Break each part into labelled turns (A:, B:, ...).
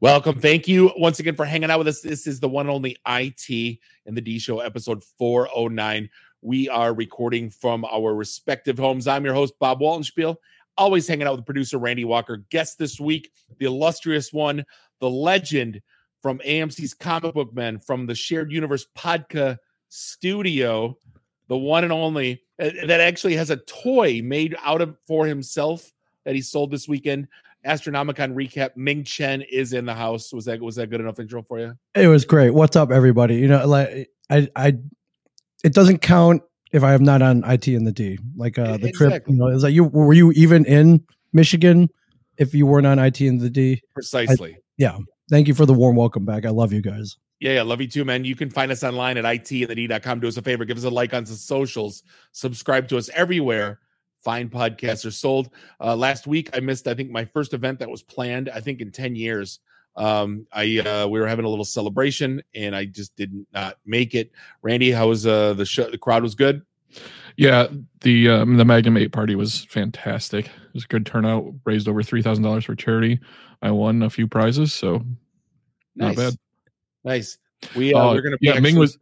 A: Welcome. Thank you once again for hanging out with us. This is the one and only IT and the D Show, episode 409. We are recording from our respective homes. I'm your host, Bob Waltenspiel, always hanging out with producer Randy Walker. Guest this week, the illustrious one, the legend from AMC's Comic Book Men, from the Shared Universe Podcast Studio, the one and only uh, that actually has a toy made out of for himself that he sold this weekend. Astronomicon recap. Ming Chen is in the house. Was that was that good enough intro for you?
B: It was great. What's up, everybody? You know, like I, I, it doesn't count if I am not on IT and the D. Like uh, the trip,
A: Exactly.
B: you know, it's like you were you even in Michigan if you weren't on IT and the D.
A: Precisely.
B: Yeah, thank you for the warm welcome back. I love you guys.
A: Yeah, yeah, love you too, man. You can find us online at itandthedee.com. Do us a favor, give us a like on the socials, subscribe to us everywhere. Fine podcasts are sold. Uh, last week, I missed, I think, my first event that was planned, I think, in 10 years. Um, I uh, we were having a little celebration, and I just did not make it. Randy, how was uh, the show? The crowd was good.
C: Yeah, the um, the Magnum Eight party was fantastic. It was a good turnout. Raised over three thousand dollars for charity. I won a few prizes, so
A: Nice,
C: Not bad.
A: nice. We uh,
C: Oh,
A: we're gonna
C: yeah,
A: actually-
C: Ming was-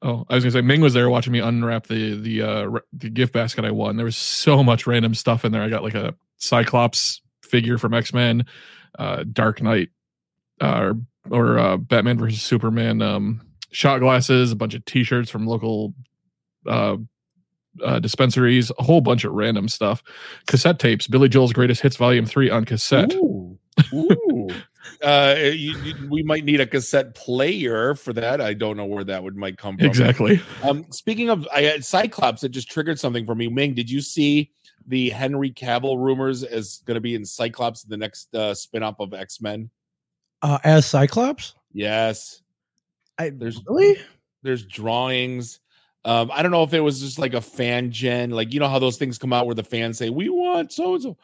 C: oh, I was gonna say Ming was there watching me unwrap the the uh, r- the gift basket I won. There was so much random stuff in there. I got like a Cyclops figure from X Men, uh, Dark Knight, uh, or or uh, Batman versus Superman um, shot glasses, a bunch of T-shirts from local uh, uh, dispensaries, a whole bunch of random stuff, cassette tapes, Billy Joel's Greatest Hits Volume Three on cassette.
A: Ooh. Ooh. uh, you, you- we might need a cassette player for that. I don't know where that would might come from.
C: Exactly.
A: Um, speaking of I, had Cyclops, it just triggered something for me. Ming, did you see the Henry Cavill rumors as going to be in Cyclops, the next uh, spinoff of X Men?
B: Uh, as Cyclops,
A: Yes,
B: I
A: There's-
B: really
A: there's drawings. Um, I don't know if it was just like a fan gen, like you know how those things come out where the fans say we want so and so,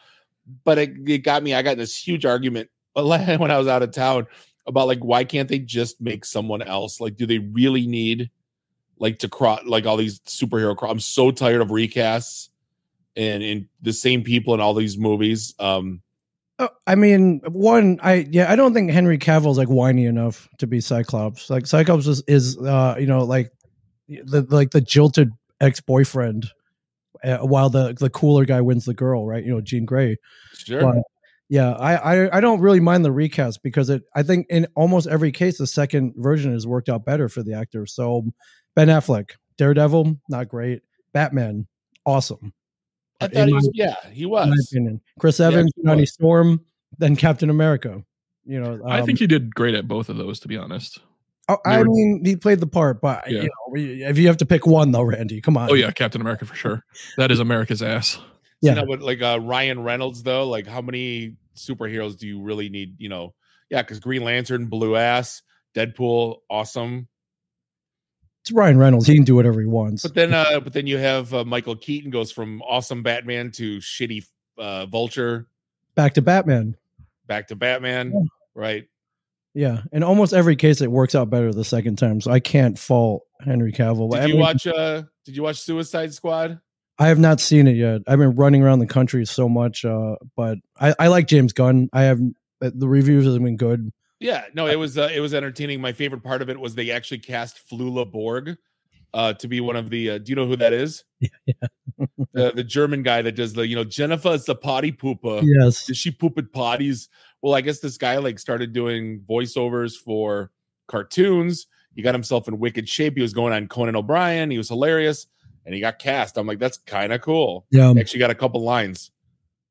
A: but it, it got me. I got in this huge argument when I was out of town about like why can't they just make someone else? Like, do they really need like to cross like all these superhero? Cro- I'm so tired of recasts and and the same people in all these movies. Um,
B: Uh, I mean, one, I yeah, I don't think Henry Cavill's like whiny enough to be Cyclops. Like Cyclops is, is uh, you know, like the like the jilted ex boyfriend, uh, while the the cooler guy wins the girl, right? You know, Jean Grey.
A: sure,
B: But, yeah, I, I I don't really mind the recast because it I think in almost every case the second version has worked out better for the actor. So Ben Affleck, Daredevil, not great. Batman, awesome.
A: I thought
B: in
A: he
B: my-
A: was, yeah, he
B: in my
A: was.
B: opinion. Chris
A: Yeah,
B: Evans,
A: he
B: Johnny
A: was.
B: Storm, then Captain America. You know,
C: I
B: um,
C: think he did great at both of those, to be honest.
B: Oh, I
C: They were-
B: mean, he played the part, but
C: Yeah.
B: you know, we- if you have to pick one though, Randy, come on.
C: Oh yeah, Captain America for sure. That is America's ass.
A: yeah.
B: Yeah.
A: you know, but like uh, Ryan Reynolds though, like how many superheroes do you really need? You know, yeah, because Green Lantern, blue ass, Deadpool, awesome.
B: it's Ryan Reynolds. He can do whatever he wants.
A: But then, uh, but then you have uh, Michael Keaton goes from awesome Batman to shitty uh, Vulture,
B: Back to Batman.
A: back to Batman,
B: Yeah.
A: right?
B: Yeah, in almost every case, it works out better the second time. So I can't fault Henry Cavill.
A: Did
B: I,
A: you
B: mean,
A: watch? Uh, did you watch Suicide Squad?
B: I have not seen it yet. I've been running around the country so much, uh, but I, I like James Gunn. I have uh, the reviews have been good.
A: Yeah, no, it was uh, it was entertaining. My favorite part of it was they actually cast Flula Borg uh, to be one of the. Uh, do you know who that is?
B: Yeah,
A: the, the German guy that does the you know Jennifer is the potty pooper.
B: Yes,
A: Uh, Did she poop at potties? Well, I guess this guy like started doing voiceovers for cartoons. He got himself in wicked shape. He was going on Conan O'Brien. He was hilarious, and he got cast. I'm like, that's kind of cool.
B: yeah,
A: He actually got a couple lines.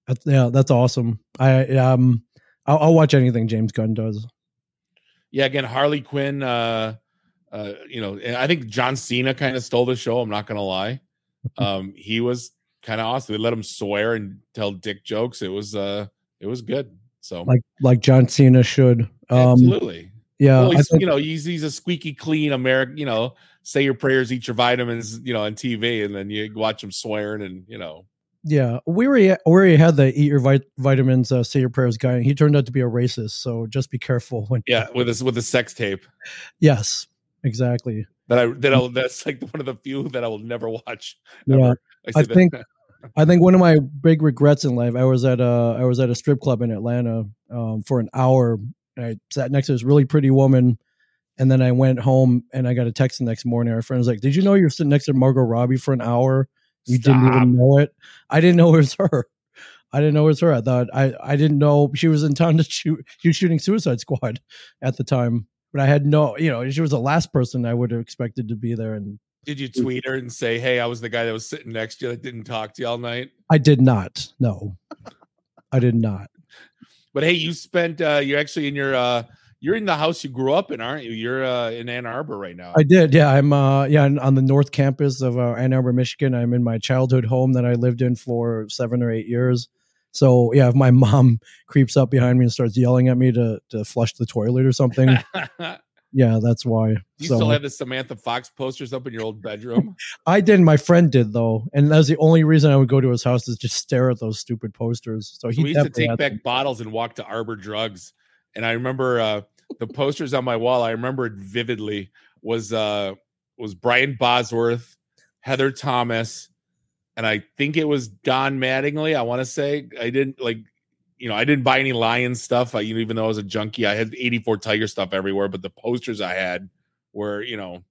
B: that's, yeah, that's awesome. I um, I'll, I'll watch anything James Gunn does.
A: Yeah, again, Harley Quinn. Uh, uh, you know, and I think John Cena kind of stole the show. I'm not gonna lie. Um, he was kind of awesome. They let him swear and tell dick jokes. It was uh, it was good. So
B: like like John Cena should. Um,
A: absolutely.
B: yeah,
A: well,
B: I
A: he's,
B: think-
A: you know, he's he's a squeaky clean American. You know, say your prayers, eat your vitamins. You know, on TV, and then you watch him swearing, and you know,
B: yeah. We already, we already had the eat your vit- vitamins, uh, say your prayers guy, and he turned out to be a racist. So just be careful when.
A: yeah, with this with a sex tape
B: Yes, exactly.
A: that I that I'll, that's like one of the few that I will never watch.
B: Yeah.
A: ever. say
B: I
A: that-
B: think- I think one of my big regrets in life. I was at a I was at a strip club in Atlanta um, for an hour And I sat next to this really pretty woman. And then I went home and I got a text the next morning. Our friend was like, Did you know you're sitting next to Margot Robbie for an hour? You didn't
A: Stop.
B: even know it. I didn't know it was her. I didn't know it was her. I thought I, I didn't know she was in town to shoot. She was shooting Suicide Squad at the time, but I had no, you know, she was the last person I would have expected to be there, and
A: Did you tweet her and say, "Hey, I was the guy that was sitting next to you that didn't talk to you all night"?
B: I did not. No, I did not.
A: But hey, you spent. Uh, you're actually in your. Uh, you're in the house you grew up in, aren't you? You're uh, in Ann Arbor right now.
B: I did. Yeah, I'm. Uh, yeah, on- on the North Campus of uh, Ann Arbor, Michigan. I'm in my childhood home that I lived in for seven or eight years. So yeah, if my mom creeps up behind me and starts yelling at me to to flush the toilet or something, yeah, that's why.
A: Do you
B: so
A: still have the Samantha Fox posters up in your old bedroom?
B: I did. My friend did though, and that was the only reason I would go to his house is just stare at those stupid posters. So he
A: we used to
B: definitely
A: take
B: had
A: back
B: them.
A: bottles and walk to Arbor Drugs. And I remember uh, the posters on my wall. I remember it vividly. Was uh, was Brian Bosworth, Heather Thomas, and I think it was Don Mattingly. I want to say I didn't like, you know, I didn't buy any Lion stuff. I, even though I was a junkie, I had eighty four Tiger stuff everywhere. But the posters I had were, you know,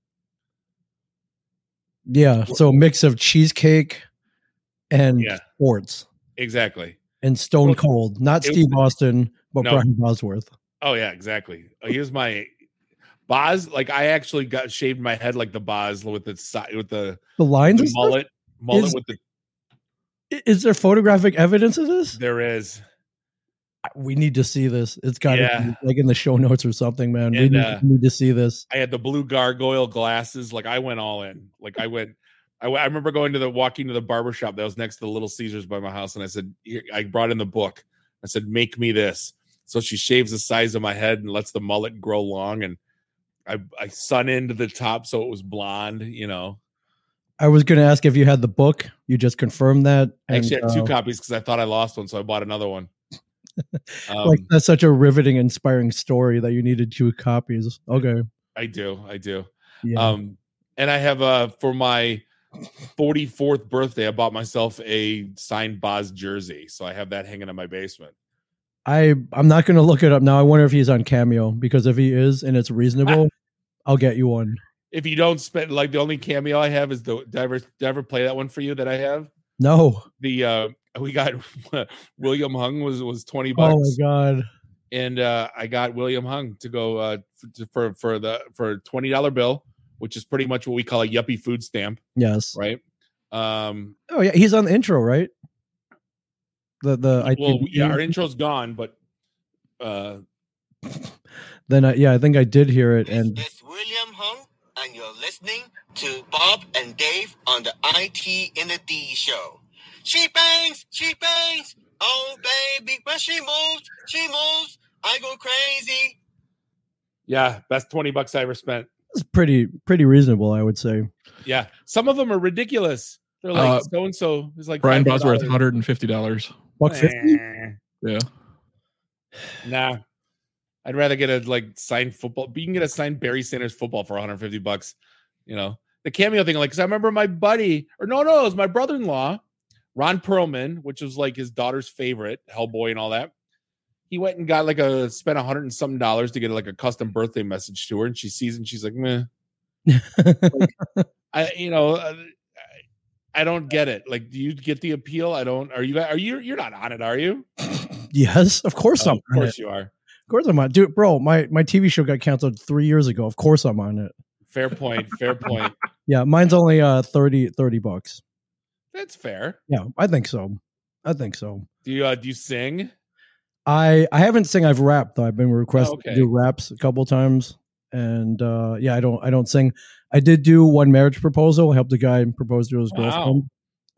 B: Yeah, so a mix of cheesecake and
A: Yeah.
B: sports
A: exactly.
B: and Stone
A: Well,
B: Cold, not
A: it-
B: Steve Austin, but
A: No.
B: Brian Bosworth.
A: Oh yeah, exactly. I use my Boz. Like I actually got shaved my head like the Boz with the si- with the,
B: The lines
A: the
B: and stuff?
A: mullet mullet
B: Is-
A: with the.
B: I- Is there photographic evidence of this?
A: There is
B: We need to see this. It's got to
A: Yeah.
B: be like in the show notes or something, man. we
A: And,
B: need,
A: uh,
B: we need to see this.
A: I had the blue gargoyle glasses. Like I went all in. Like I went. I, went- I remember going to the walking to the barber shop that was next to the Little Caesars by my house, and I said "Here," I brought in the book. I said, "Make me this." So she shaves the size of my head and lets the mullet grow long, and I I sun into the top so it was blonde. You know,
B: I was going to ask if you had the book. You just confirmed that.
A: I actually
B: and,
A: have two
B: uh,
A: copies because I thought I lost one, so I bought another one. Um,
B: like that's such a riveting, inspiring story that you needed two copies. Okay.
A: I do, I do.
B: Yeah.
A: Um, and I have uh for my 44th birthday, I bought myself a signed Boz jersey, so I have that hanging in my basement.
B: I I'm not going to look it up now. I wonder if he's on Cameo because if he is and it's reasonable, I'll get you one.
A: If you don't spend like the only cameo I have is the did I ever, did I ever play that one for you that I have?
B: No.
A: The uh we got William Hung was was 20 bucks.
B: Oh my god.
A: and uh, I got William Hung to go uh, for, for for the for a twenty dollar bill, which is pretty much what we call a yuppie food stamp,
B: Yes.
A: right? Um,
B: Oh yeah, he's on the intro, right? The the I
A: well,
B: think-
A: yeah, our intro's gone, but uh,
B: then I, yeah, I think I did hear it and
D: This is William Hung, and you're listening to Bob and Dave on the IT in the D show. She bangs, she bangs, oh baby, when she moves, she moves, I go crazy.
A: yeah, best twenty bucks I ever spent.
B: it's pretty pretty reasonable, I would say.
A: Yeah, some of them are ridiculous. They're like
C: Uh,
A: so and so is like
C: Brian
A: $500.
C: Bosworth, hundred and fifty dollars.
B: Buck fifty?
C: Yeah,
A: Nah, I'd rather get a like signed football. You can get a signed Barry Sanders football for 150 bucks. You know the cameo thing, like because I remember my buddy, or no, no, it was my brother-in-law, Ron Perlman, which was like his daughter's favorite Hellboy and all that. He went and got like a spent a hundred and something dollars to get like a custom birthday message to her, and she sees it and she's like, meh. I, you know, uh, I, I don't get it. Like, do you get the appeal? I don't. Are you? Are you? You're not on it, are you?
B: yes, of course
A: Oh,
B: I'm
A: of
B: on it.
A: course you are.
B: Of course I'm on dude, bro. My my TV show got canceled three years ago. Of course I'm on it.
A: Fair point. Fair point.
B: Yeah, mine's only uh 30, 30 bucks.
A: That's fair.
B: Yeah, I think so. I think so.
A: Do you uh, do you sing?
B: I I haven't sing. I've rapped though. I've been requested
A: Oh, okay.
B: to do raps a couple times, and uh, yeah, I don't I don't sing. I did do one marriage proposal. I helped a guy propose to his
A: Wow.
B: girlfriend,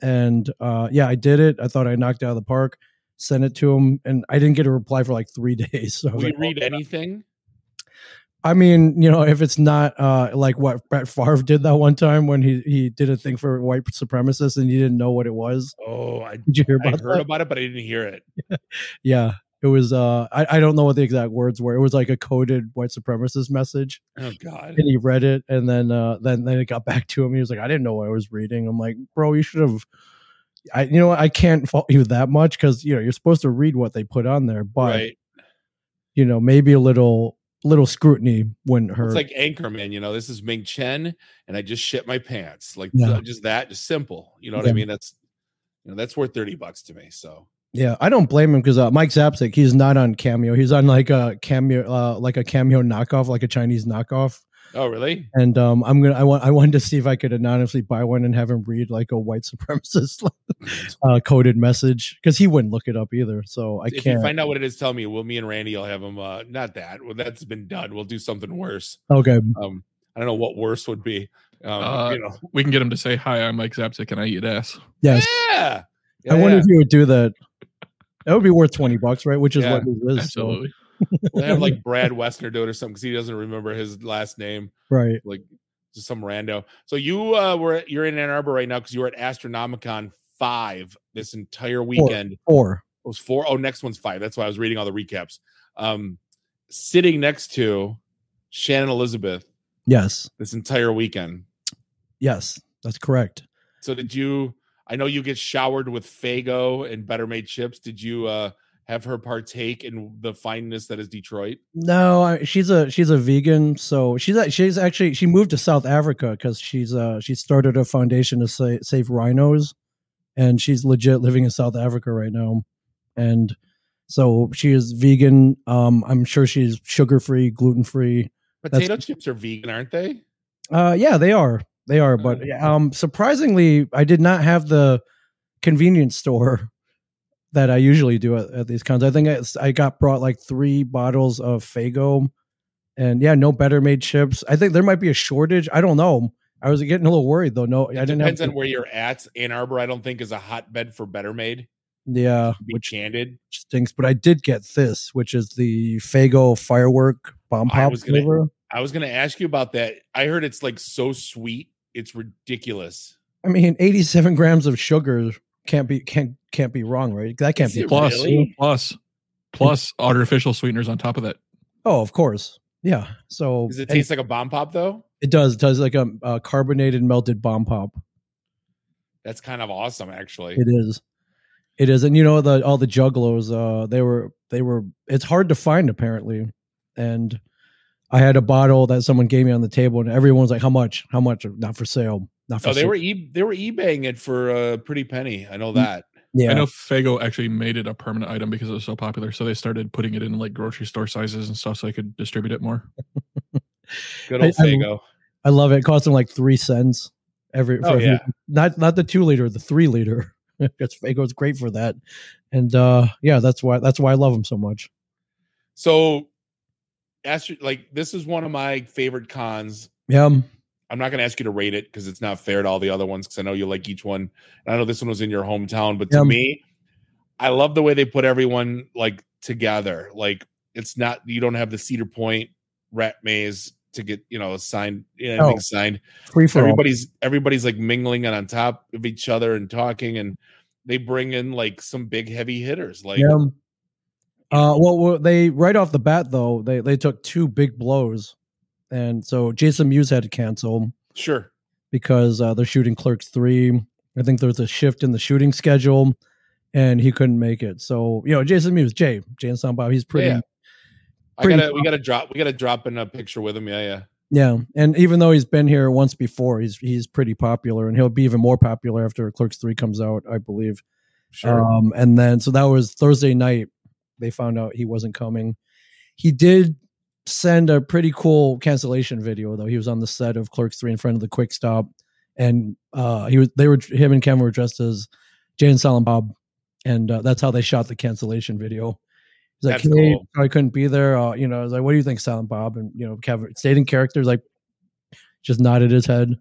B: and uh, yeah, I did it. I thought I knocked it out of the park. Sent it to him, and I didn't get a reply for like three days. So I, was
A: Will you
B: like, "Oh,
A: read anything?
B: I mean, you know, if it's not uh, like what Brett Favre did that one time when he he did a thing for white supremacists and he didn't know what it was.
A: Oh, I,
B: Did you hear
A: I
B: about
A: heard
B: that?
A: about it, but I didn't hear it.
B: yeah, it was. Uh, I I don't know what the exact words were. It was like a coded white supremacist message.
A: Oh God.
B: and he read it and then uh then then it got back to him he was like i didn't know what i was reading i'm like bro you should have i you know what, i can't fault you that much because you know you're supposed to read what they put on there but
A: right.
B: you know maybe a little little scrutiny wouldn't hurt.
A: It's like Anchorman, you know. This is Ming Chen, and I just shit my pants. Like
B: Yeah.
A: so- just that, just simple. You know what I
B: Yeah.
A: mean? That's you know that's worth thirty bucks to me. So
B: yeah, I don't blame him because uh, Mike Zapsik he's not on Cameo. He's on like a Cameo uh, like a Cameo knockoff, like a Chinese knockoff.
A: oh really?
B: And um, I'm gonna I want I wanted to see if I could anonymously buy one and have him read like a white supremacist uh, coded message because he wouldn't look it up either. So I
A: if you
B: can't.
A: find out what it is, tell me. Well, me and Randy will have them. Uh, not that. Well, that's been done. We'll do something worse.
B: okay,
A: Um, I don't know what worse would be. Um,
C: Uh,
A: you know,
C: We can get him to say, "Hi, I'm Mike Zapsik, and I eat ass."
B: yes.
A: yeah.
B: I wonder
A: Yeah.
B: if you would do that. That would be worth twenty bucks, right? Which is what it is. So,
C: Absolutely.
A: we'll have like Brad Westner do it or something because he doesn't remember his last name.
B: right.
A: Just some rando. So you uh, were you're in Ann Arbor right now because you were at Astronomicon five this entire weekend.
B: Or
A: it was four. Oh, next one's five. That's why I was reading all the recaps. Um, sitting next to Shannon Elizabeth
B: yes,
A: this entire weekend.
B: yes, that's correct.
A: So did you? I know you get showered with Fago and Better Made Chips. Did you uh, have her partake in the fineness that is Detroit?
B: No, I, she's a she's a vegan, so she's a- she's actually she moved to South Africa because she's uh she started a foundation to sa- save rhinos, and she's legit living in South Africa right now, and so she is vegan. Um, I'm sure she's sugar free, gluten free.
A: Potato chips are vegan, aren't they?
B: Uh, yeah, they are. They are, but
A: Oh.
B: um, surprisingly, I did not have the convenience store that I usually do at, at these cons. I think I, I got brought like three bottles of Fago, and yeah, no better made chips. I think there might be a shortage. I don't know. I was getting a little worried though. No,
A: It
B: I didn't have.
A: depends on where you're at. Ann Arbor, I don't think, is a hotbed for Better Made.
B: yeah,
A: to Be
B: Uh, which
A: candid.
B: stinks. But I did get this, which is the Fago firework bomb
A: I
B: pop
A: was gonna-
B: flavor.
A: I was going to ask you about that. I heard it's like so sweet, it's ridiculous.
B: I mean, eighty-seven grams of sugar can't be can't can't be wrong, right? That can't
A: Is
B: be
A: it
C: Plus,
A: Really?
C: plus, plus artificial sweeteners on top of that.
B: Oh, of course. Yeah. So
A: Does it
B: and
A: taste like a bomb pop though?
B: it does. It does like a, a carbonated melted bomb pop.
A: That's kind of awesome, actually.
B: It is. It is. And you know the all the juggalos, uh they were they were it's hard to find apparently. And I had a bottle that someone gave me on the table and everyone's like, How much? How much? Not for sale. Not for
A: Oh, they
B: sale.
A: were e- they were eBaying it for a pretty penny. I know
B: Mm,
A: that.
B: yeah.
C: I know Fago actually made it a permanent item because it was so popular. So they started putting it in like grocery store sizes and stuff, so they could distribute it more.
A: Good old
B: I- I-
A: Fago.
B: I love it. It cost them like three cents every.
A: Oh,
B: for every-
A: yeah.
B: not not the two liter, the three liter. That's Fago's great for that. And uh yeah, that's why that's why I love them so much.
A: So, Astro, like this is one of my favorite cons.
B: Yeah.
A: I'm not going to ask you to rate it because it's not fair to all the other ones. Because I know you like each one, and I know this one was in your hometown. But to
B: Yeah.
A: me, I love the way they put everyone like together. Like it's not you don't have the Cedar Point rat maze to get you know assigned you know,
B: Oh.
A: anything signed.
B: Free for all.
A: everybody's everybody's like mingling and on top of each other and talking and they bring in like some big heavy hitters like
B: yeah. Uh, well, well, they right off the bat though they they took two big blows, and so Jason Mewes had to cancel
A: sure
B: because uh, they're shooting Clerks three. I think there was a shift in the shooting schedule, and he couldn't make it. So you know, Jason Mewes, Jay, Jay and Silent Bob, he's pretty.
A: Yeah.
B: Yeah.
A: i
B: Pretty
A: gotta we gotta drop we gotta drop in a picture with him yeah yeah
B: and even though he's been here once before, he's he's pretty popular, and he'll be even more popular after Clerks three comes out, I believe.
A: sure
B: Um, and then so that was Thursday night. They found out he wasn't coming. He did send a pretty cool cancellation video though. He was on the set of Clerks Three in front of the Quick Stop, and uh, he was they were him and Ken were dressed as Jay and Silent Bob, and uh, that's how they shot the cancellation video. He's like,
A: That's
B: "Hey,
A: cool.
B: I couldn't be there. Uh, you know, I was like, what do you think, Silent Bob? And you know, Kevin stayed in character, like just nodded his head.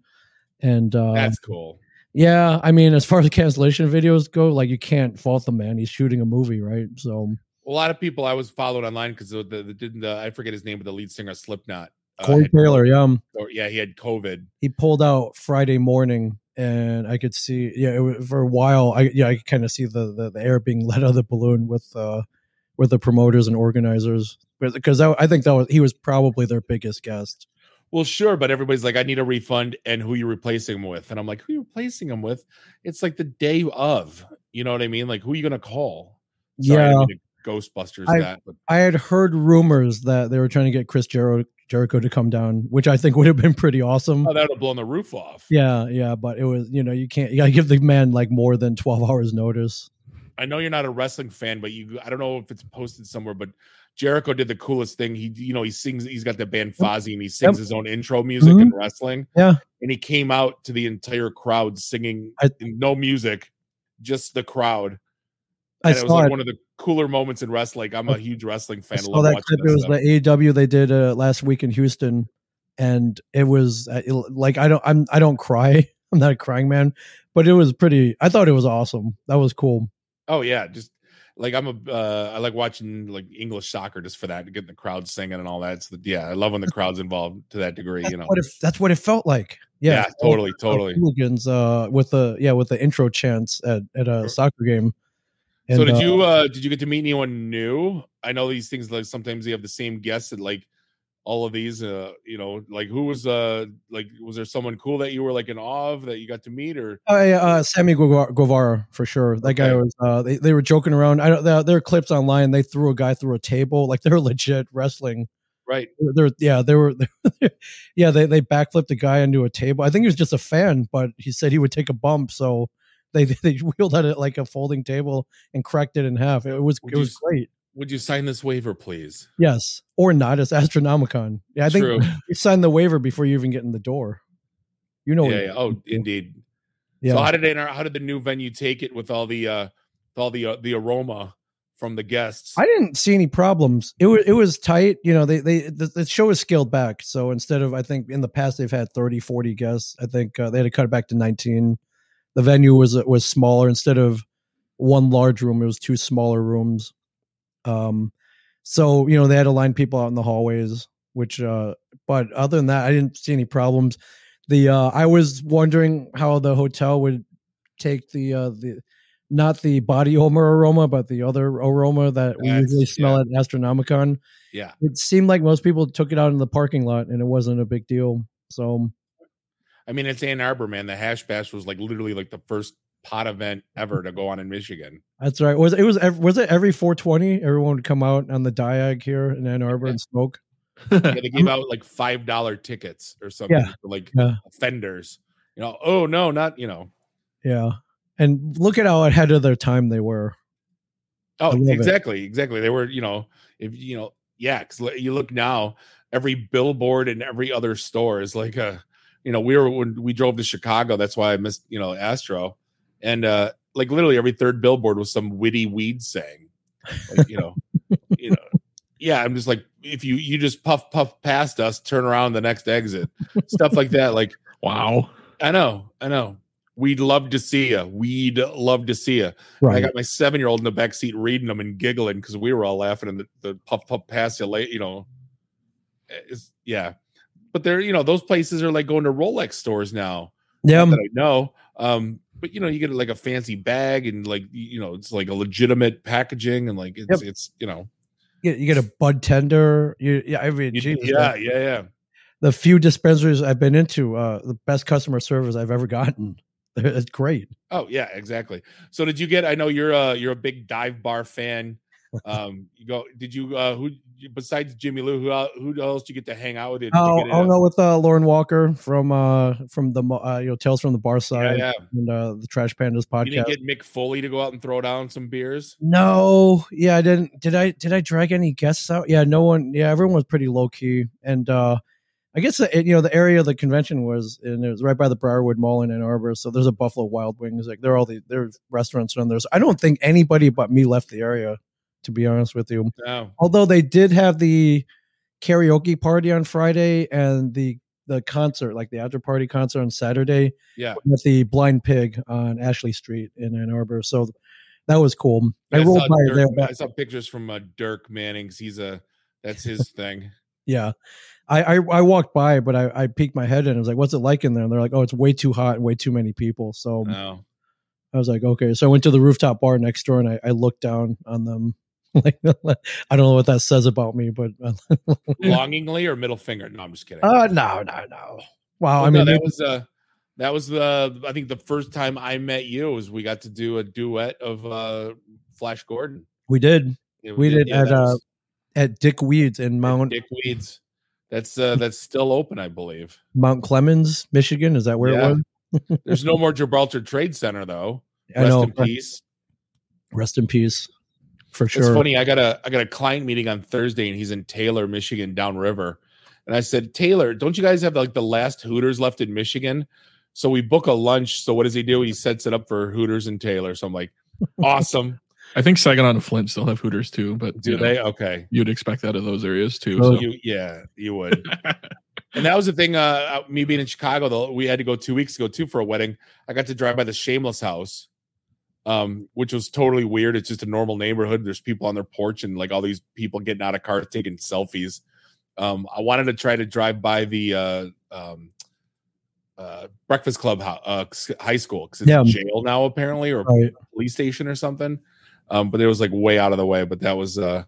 B: And uh,
A: that's cool
B: yeah, I mean, as far as cancellation videos go, like you can't fault the man. He's shooting a movie, right? So
A: a lot of people i was followed online because the, the, the didn't the, i forget his name but the lead singer of slipknot uh,
B: Corey
A: had-
B: Taylor, yeah, um,
A: or- yeah he had covid
B: he pulled out Friday morning, and I could see, yeah, it was, for a while, I yeah, I could kind of see the, the the air being let out of the balloon with uh with the promoters and organizers, because I, I think that was he was probably their biggest guest.
A: well sure but everybody's like i need a refund and who you replacing him with and i'm like who you replacing him with it's like the day of you know what i mean like who you gonna call Sorry, I
B: yeah,
A: didn't mean to Ghostbusters
B: I-
A: that. But
B: I had heard rumors that they were trying to get Chris Jericho, Jericho to come down, which I think would have been pretty awesome.
A: oh, that would have blown the roof off.
B: yeah, yeah, but it was you know you can't you gotta give the man like more than twelve hours notice.
A: I know you're not a wrestling fan, but you I don't know if it's posted somewhere, but Jericho did the coolest thing. He you know, he sings he's got the band Fozzy and he sings
B: Yep. Mm-hmm.
A: his own intro music in wrestling.
B: Yeah.
A: And he came out to the entire crowd singing
B: I-
A: no music, just the crowd.
B: I
A: and it was
B: saw
A: like
B: it.
A: one of the cooler moments in wrestling. I'm a huge wrestling fan.
B: I
A: I
B: saw
A: love
B: that
A: watching
B: clip.
A: that
B: It was
A: stuff.
B: the AEW they did uh, last week in Houston, and it was uh, it- like I don't I'm I don't cry. I'm not a crying man, but it was pretty. I thought it was awesome. That was cool.
A: Oh yeah, just like I'm a uh, I like watching like English soccer just for that, getting the crowd singing and all that. So yeah, I love when the crowd's involved to that degree.
B: That's,
A: You know,
B: what it, that's what it felt like.
A: yeah,
B: Yeah,
A: totally, totally.
B: Hooligans, uh, with the yeah with the intro chants at at a soccer game.
A: so
B: And,
A: did
B: uh,
A: you uh did you get to meet anyone new? I know these things like sometimes you have the same guests at like all of these. Uh, you know, like who was uh like was there someone cool that you were like in awe of that you got to meet or
B: I, uh, Sammy Guevara, Guevara for sure. That guy
A: Okay.
B: was. Uh, they, they were joking around. I don't. There, there are clips online. They threw a guy through a table. Like they're legit wrestling.
A: right?
B: They're yeah. They were. yeah. They they backflipped a guy into a table. I think he was just a fan, but he said he would take a bump. So they they wheeled at it like a folding table and cracked it in half. It was
A: Would
B: it
A: you
B: was
A: s-
B: great.
A: Would you sign this waiver, please?
B: Yes, or not. It's Astronomicon. Yeah, I think
A: True.
B: you sign the waiver before you even get in the door. You know.
A: yeah, yeah. Oh, indeed.
B: yeah.
A: So how did they, how did the new venue take it with all the uh with all the uh, the aroma from the guests?
B: I didn't see any problems. It was it was tight. You know, they they the, the show is scaled back. So instead of I think in the past they've had 30, 40 guests. I think uh, they had to cut it back to 19. The venue was uh, was smaller instead of one large room, it was two smaller rooms. Um so, you know, they had to line people out in the hallways, which uh but other than that, I didn't see any problems. The uh I was wondering how the hotel would take the uh the not the body odor aroma, but the other aroma that we
A: That's-
B: usually smell at Astronomicon.
A: yeah.
B: It seemed like most people took it out in the parking lot and it wasn't a big deal. So
A: I mean, it's Ann Arbor, man. The hash bash was like literally like the first pot event ever to go on in Michigan.
B: that's right. Was it was ev- was it every 420? Everyone would come out on the diag here in Ann Arbor and smoke.
A: Yeah, they gave out like five dollar tickets or something
B: Yeah.
A: for like
B: Yeah.
A: offenders. You know, oh no, not you know.
B: Yeah. And look at how ahead of their time they were.
A: Oh,
B: love it.
A: exactly, exactly. They were, you know, if you know, yeah. Because you look now, every billboard and every other store is like a, you know, we were when we drove to Chicago. That's why I missed, you know, Astro, and uh like literally every third billboard was some witty weed saying, like, you know, you know, yeah. I'm just like, if you you just puff puff past us, turn around the next exit, stuff like that. Like
C: wow.
A: I know, I know. We'd love to see you. We'd love to see you. I got my seven year old in the back seat reading them and giggling because we were all laughing and the, the puff puff pass you late, you know. Eh, It's, yeah. But they're, you know, those places are like going to Rolex stores now
B: Yeah.
A: that I know. Um, but you know, you get like a fancy bag and like you know, it's like a legitimate packaging and like it's it's you know,
B: You get, you get a bud tender. You, yeah, I mean,
A: you-
B: Jesus,
A: yeah,
B: the-
A: yeah, yeah.
B: The few dispensaries I've been into, uh, the best customer service I've ever gotten. It's great.
A: Oh yeah, exactly. So did you get? I know you're a you're a big dive bar fan. Um, you go. Did you? Uh, who besides Jimmy Lou? Who el- who else did you get to hang out with? Did you
B: Oh,
A: get
B: I'll
A: a-
B: know with uh, Lauren Walker from uh, from the mo- uh, you know Tales from the Bar
A: yeah,
B: Side
A: yeah.
B: and uh, the Trash Pandas
A: You didn't
B: podcast.
A: get Mick Foley to go out and throw down some beers.
B: no, yeah, I didn't. Did I? Did I drag any guests out? Yeah, no one. Yeah, everyone was pretty low key, and uh, I guess the, you know the area of the convention was, and it was right by the Briarwood Mall in Ann Arbor. So there's a Buffalo Wild Wings. Like there are all the there's restaurants around there. So I don't think anybody but me left the area. To be honest with you,
A: No.
B: although they did have the karaoke party on Friday and the the concert, like the after party concert on Saturday
A: Yeah.
B: at the Blind Pig on Ashley Street in Ann Arbor. So that was cool. I
A: Yeah,
B: rolled
A: saw
B: by
A: Dirk-
B: there.
A: I
B: But
A: saw pictures from uh, Dirk Manning's. He's a that's his thing.
B: yeah, I, I I walked by, but I I peeked my head in. I was like, "What's it like in there?" And they're like, "Oh, it's way too hot and way too many people." So
A: No.
B: I was like, "Okay." So I went to the rooftop bar next door and I, I looked down on them. Like I don't know what that says about me, but uh,
A: Longingly or middle finger? No, I'm just kidding.
B: no, no, no. Wow,
A: Well,
B: Oh, I
A: no,
B: mean,
A: that was uh that was the I think the first time I met you was we got to do a duet of uh Flash Gordon.
B: we did. We did at,
A: that
B: uh,
A: was-
B: at Dick Weeds in Mount
A: Dick Weeds. That's uh, that's still open, I believe.
B: Mount Clemens, Michigan. Is that where
A: Yeah.
B: it was?
A: There's no more Gibraltar Trade Center though.
B: I
A: Rest
B: know.
A: in peace.
B: Rest in peace. For sure.
A: It's funny. I got a I got a client meeting on Thursday, and he's in Taylor, Michigan, downriver. And I said, Taylor, don't you guys have like the last Hooters left in Michigan? So we book a lunch. So what does he do? He sets it up for Hooters and Taylor. So I'm like, awesome.
C: I think Saginaw and Flint still have Hooters too, but
A: Do
C: you know,
A: they? Okay.
C: You'd expect that of those areas too.
B: Oh,
C: so.
A: You yeah, you would. And that was the thing. Uh, me being in Chicago, though, we had to go two weeks ago too for a wedding. I got to drive by the Shameless House, um, which was totally weird. It's just a normal neighborhood. There's people on their porch and like all these people getting out of cars taking selfies. Um, I wanted to try to drive by the uh, um, uh, Breakfast Club ho- uh, high school because it's
B: Yeah.
A: a jail now apparently, or
B: Right.
A: police station or something. Um, but it was like way out of the way. But that was uh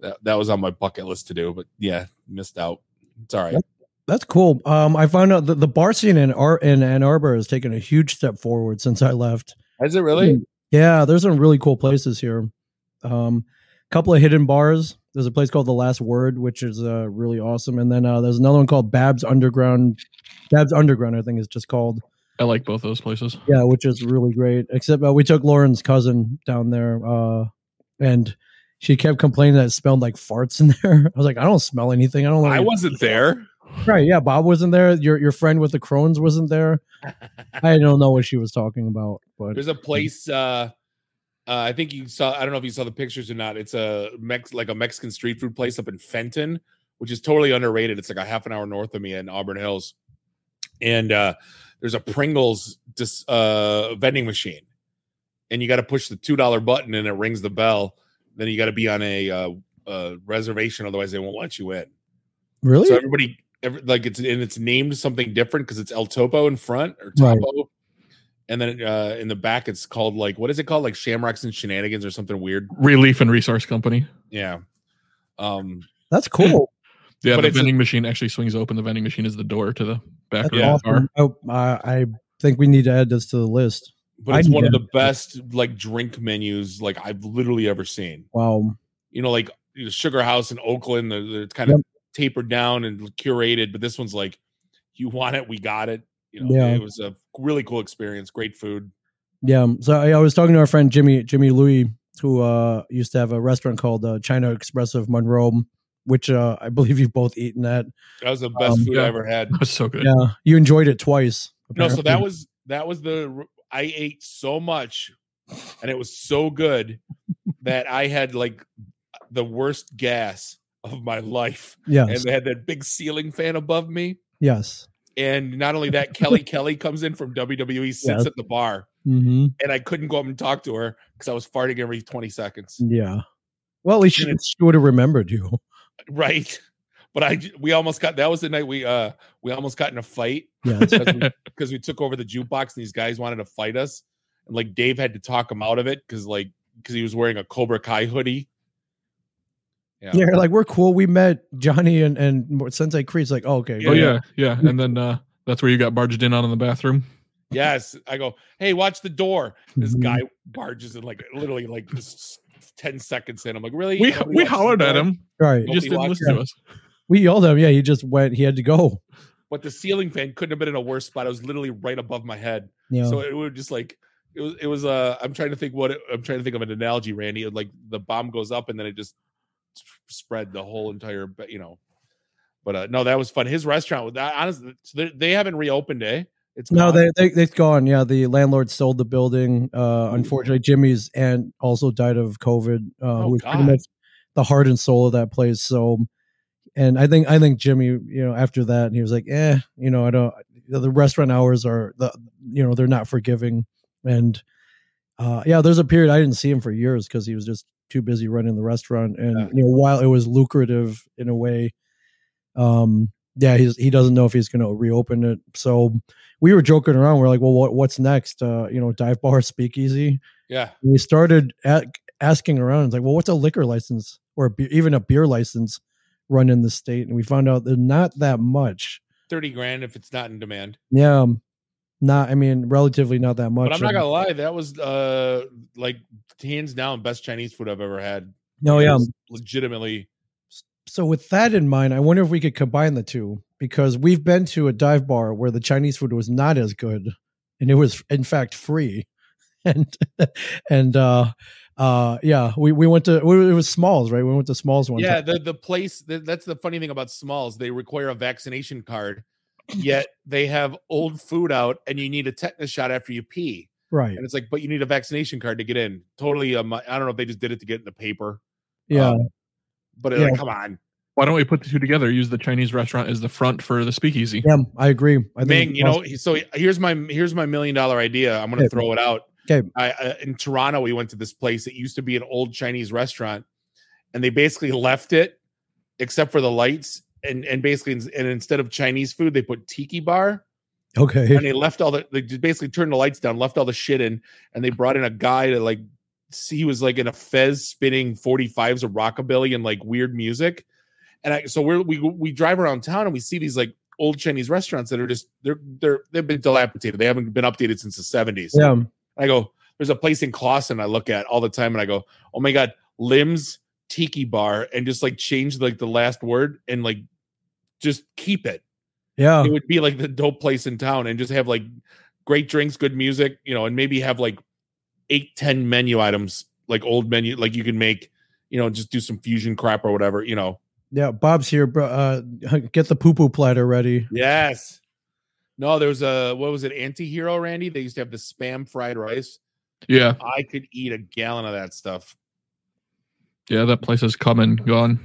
A: that, that was on my bucket list to do. But yeah, missed out. It's all right.
B: That's cool. Um, I found out that the bar scene in, Ar- in Ann Arbor has taken a huge step forward since I left.
A: Is it really?
B: Yeah, there's some really cool places here. Um, couple of hidden bars. There's a place called The Last Word, which is uh, really awesome, and then uh, there's another one called Babs Underground. Babs Underground, I think, is just called.
C: I like both those places.
B: Yeah, which is really great. Except uh, we took Lauren's cousin down there, uh, and she kept complaining that it smelled like farts in there. I was like, I don't smell anything. I don't.
A: I
B: like
A: wasn't there.
B: Right? Yeah, Bob wasn't there. Your your friend with the crones wasn't there. I don't know what she was talking about, but
A: There's a place. Uh, uh, I think you saw. I don't know if you saw the pictures or not. It's a Mex like a Mexican street food place up in Fenton, which is totally underrated. It's like a half an hour north of me in Auburn Hills, and uh, there's a Pringles dis- uh, vending machine, and you got to push the two dollar button and it rings the bell. Then you got to be on a uh, uh, reservation, otherwise they won't let you in.
B: really,
A: So everybody, every, like it's and it's named something different because it's El Topo in front or
B: Right.
A: Topo, and then uh, in the back it's called like what is it called like Shamrocks and Shenanigans or something weird.
C: Relief and Resource Company.
A: Yeah. Um.
B: that's cool.
C: Yeah,
A: But
C: the
A: it's a-
C: vending machine actually swings open. The vending machine is the door to the
B: That's
C: back of the bar.
B: awesome. Oh, I, I think we need to add this to the list.
A: But
B: I
A: it's
B: need
A: one of
B: that.
A: the best like drink menus like I've literally ever seen.
B: Wow.
A: You know, like you know, Sugar House in Oakland, they're, they're kind of
B: Yep.
A: tapered down and curated, but this one's like, you want it, we got it. You know,
B: Yeah.
A: it was a really cool experience. Great food.
B: Yeah. um, So I, I was talking to our friend Jimmy Jimmy Louie, who uh, used to have a restaurant called uh, China Express of Monroe, which uh, I believe you've both eaten at.
A: That was the best
B: Um,
A: food I
C: yeah.
A: ever had.
C: That's so good.
B: Yeah, you enjoyed it twice.
A: No, so that
B: apparently.
A: was that was the I ate so much and it was so good that I had like the worst gas of my life. And
B: yes,
A: they had that big ceiling fan above me.
B: yes.
A: And not only that, Kelly Kelly comes in from WWE, sits
B: Yes.
A: at the bar,
B: hmm
A: and I couldn't go up and talk to her because I was farting every 20 seconds.
B: Yeah. Well, at least she,
A: And
B: she would have remembered you.
A: Right. But I we almost got that was the night we uh we almost got in a fight
B: Yes.
A: because we took over the jukebox and these guys wanted to fight us. And like Dave had to talk him out of it because like because he was wearing a Cobra Kai hoodie. Yeah.
B: Yeah, like we're cool. We met Johnny and and Sensei Creed's like, oh, okay,
A: Yeah.
C: Oh yeah, yeah. And then uh, that's where you got barged in on in the bathroom.
A: Yes. I go, hey, watch the door. This
C: Mm-hmm.
B: Mhm.
A: guy barges in like literally like just 10 seconds in. I'm like, really?
C: We
A: Nobody
C: we
A: watches the
C: hollered at
A: door?"
C: him.
B: right.
C: He just didn't
A: Nobody watches
C: listen to us.
B: We yelled at him. Yeah, he just went. He had to go.
A: But the ceiling fan couldn't have been in a worse spot. It was literally right above my head.
B: Yeah.
A: So it would just like it was it was uh I'm trying to think what it, I'm trying to think of an analogy, Randy. It, like the bomb goes up and then it just sp- spread the whole entire ba- you know. But uh no, that was fun. His restaurant was that honestly so they, they haven't reopened, eh? It's
B: No,
A: gone?
B: they, they they've gone. Yeah, the landlord sold the building. Uh, unfortunately, Jimmy's aunt also died of COVID. Uh,
A: Oh,
B: who was pretty
A: God.
B: much the heart and soul of that place. So, and I think I think Jimmy, you know, after that, he was like, eh, you know, I don't. The the restaurant hours are the you know they're not forgiving, and uh, yeah, there's a period I didn't see him for years because he was just too busy running the restaurant. And
A: Yeah.
B: you know, while it was lucrative in a way, um, yeah, he's he doesn't know if he's going to reopen it. So we were joking around. We're like, well, what what's next? Uh, you know, dive bar, speakeasy.
A: yeah.
B: And we started a asking around. It's like, well, what's a liquor license or a beer, even a beer license run in the state? And we found out there's not that much.
A: 30 grand if it's not in demand.
B: Yeah, um, not. I mean, relatively not that much.
A: But I'm not
B: Um,
A: gonna lie, that was uh like hands down best Chinese food I've ever had.
B: No,
A: It
B: Oh, yeah. um,
A: was legitimately.
B: So with that in mind, I wonder if we could combine the two because we've been to a dive bar where the Chinese food was not as good, and it was in fact free, and and uh, uh, yeah, we we went to we, it was Smalls, right? We went to Smalls one
A: Yeah, the,
B: time.
A: the place the, that's the funny thing about Smalls. They require a vaccination card, yet they have old food out, and you need a tetanus shot after you pee.
B: right?
A: And it's like, but you need a vaccination card to get in. Totally, um, I don't know if they just did it to get in the paper,
B: Yeah,
A: um, but it's like, come on,
C: Why don't we put the two together? Use the Chinese restaurant as the front for the speakeasy.
B: yeah, I agree. I
A: Ming. You know, he- so here's my here's my million dollar idea. I'm gonna
B: Okay.
A: throw it out.
B: Okay.
A: I, I, in Toronto, we went to this place. It used to be an old Chinese restaurant, and they basically left it except for the lights. And, and basically, and instead of Chinese food, they put tiki bar.
B: okay,
A: and they left all the they just basically turned the lights down, left all the shit in, and they brought in a guy to like see he was like in a fez spinning 45s of rockabilly and like weird music. And I so we're we we drive around town and we see these like old Chinese restaurants that are just they're they're they've been dilapidated. They haven't been updated since the 70s.
B: yeah,
A: I go, there's a place in Clawson I look at all the time and I go, oh my God, Limbs Tiki Bar, and just like change like the last word and like just keep it
B: yeah,
A: it would be like the dope place in town and just have like great drinks good music you know and maybe have like eight ten menu items like old menu like you can make you know just do some fusion crap or whatever you know
B: yeah. Bob's here, bro. Uh, get the poo poo platter ready.
A: yes no there was a what was it anti-hero randy they used to have the spam fried rice
C: Yeah,
A: i could eat a gallon of that stuff
C: yeah. That place has come and gone.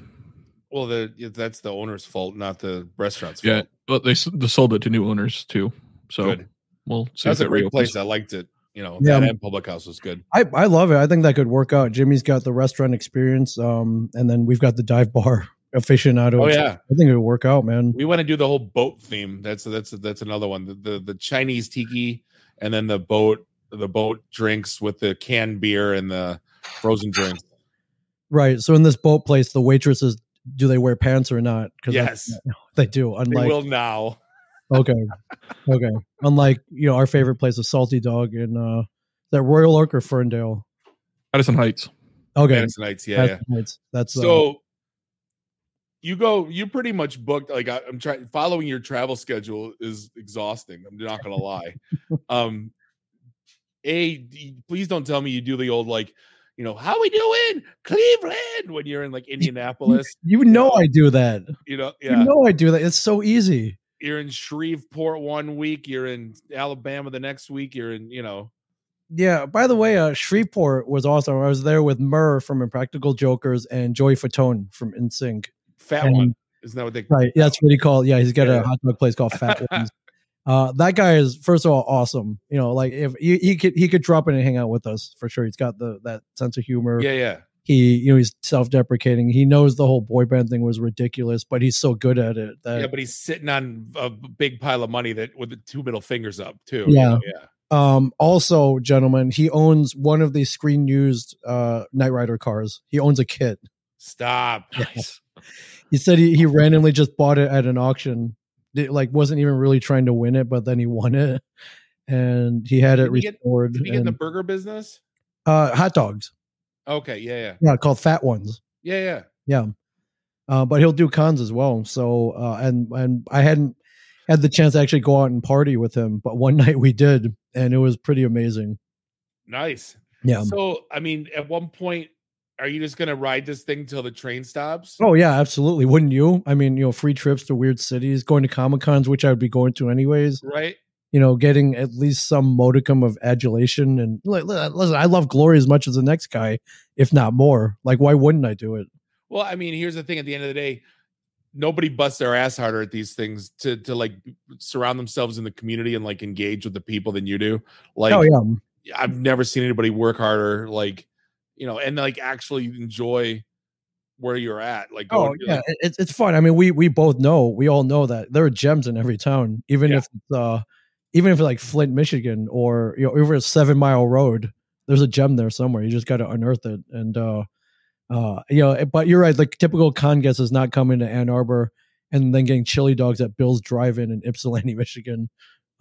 A: well the that's the owner's fault not the restaurant's
C: Yeah,
A: fault
C: but they, s- they sold it to new owners too. So
A: Good.
C: we'll see.
A: that's a
C: if it
A: great
C: reopens.
A: place i liked it you know
B: Yeah.
A: that and public house was good
B: I, I love it. I think that could work out. Jimmy's got the restaurant experience, um, and then we've got the dive bar aficionado.
A: oh yeah
B: I think it would work out, man.
A: We want to do the whole boat theme. That's that's that's another one. The, the the Chinese tiki, and then the boat the boat drinks with the canned beer and the frozen drinks.
B: Right. So in this boat place, the waitresses do they wear pants or not? that's-
A: Yes.
B: they do.
A: They
B: Unlike
A: will now.
B: okay, okay. Unlike you know our favorite place of Salty Dog in uh, that Royal Oak or Ferndale.
C: Madison Heights.
B: Okay,
A: Fantasy nights. Yeah. yeah.
B: that's that's, that's, uh,
A: So you go. You pretty much booked. Like I, I'm trying. Following your travel schedule is exhausting. I'm not gonna lie. um, a d- please don't tell me you do the old like, you know, how we doing, Cleveland, when you're in like Indianapolis.
B: you know I do that.
A: You know, yeah.
B: You know I do that. It's so easy.
A: you're in Shreveport one week, you're in Alabama the next week, you're in, you know,
B: Yeah. By the way, uh, Shreveport was awesome. I was there with Murr from Impractical Jokers and Joey Fatone from InSync.
A: fat
B: And-
A: one. Isn't that what they
B: Right. Yeah, that's what he called. Yeah, he's got
A: Yeah.
B: a hot dog place called Fat Ones. Uh, that guy is first of all awesome. You know, like if he, he could he could drop in and hang out with us for sure. He's got the that sense of humor.
A: Yeah, yeah.
B: He you know he's self deprecating. He knows the whole boy band thing was ridiculous, but he's so good at it that
A: yeah, but he's sitting on a big pile of money that with the two middle fingers up too.
B: Yeah.
A: yeah.
B: Um, also, gentlemen, he owns one of the screen used uh, Night Rider cars. He owns a kit.
A: Stop.
C: Nice.
B: He said he, he randomly just bought it at an auction. It, like wasn't even really trying to win it, but then he won it, and he had it
A: Did he get-
B: restored.
A: Did he get in the
B: and-
A: burger business?
B: uh, hot dogs.
A: Okay, yeah, yeah.
B: Yeah, called fat ones.
A: Yeah, yeah.
B: Uh, but he'll do cons as well. So uh, and and I hadn't had the chance to actually go out and party with him, but one night we did, and it was pretty amazing.
A: Nice.
B: Yeah.
A: So I mean, at one point, are you just gonna ride this thing till the train stops?
B: Oh yeah, absolutely. Wouldn't you? I mean, you know, free trips to weird cities, going to comic cons, which I would be going to anyways.
A: Right?
B: You know, getting at least some modicum of adulation. And li- li- listen, I love glory as much as the next guy, if not more. Like, why wouldn't I do it?
A: Well, I mean, here's the thing. At the end of the day, nobody busts their ass harder at these things to to like surround themselves in the community and like engage with the people than you do. Like,
B: oh yeah,
A: I've never seen anybody work harder. Like, you know, and like actually enjoy where you're at. Like,
B: Oh
A: going to,
B: yeah,
A: like,
B: it- it's it's fun. I mean, we we both know, we all know that there are gems in every town, even
A: Yeah.
B: if it's, uh, even if it's like Flint, Michigan, or you know, over a seven mile road, there's a gem there somewhere. You just got to unearth it, and uh, uh, you know. But you're right. Like typical con guest is not coming to Ann Arbor and then getting chili dogs at Bill's Drive-In in Ypsilanti, Michigan.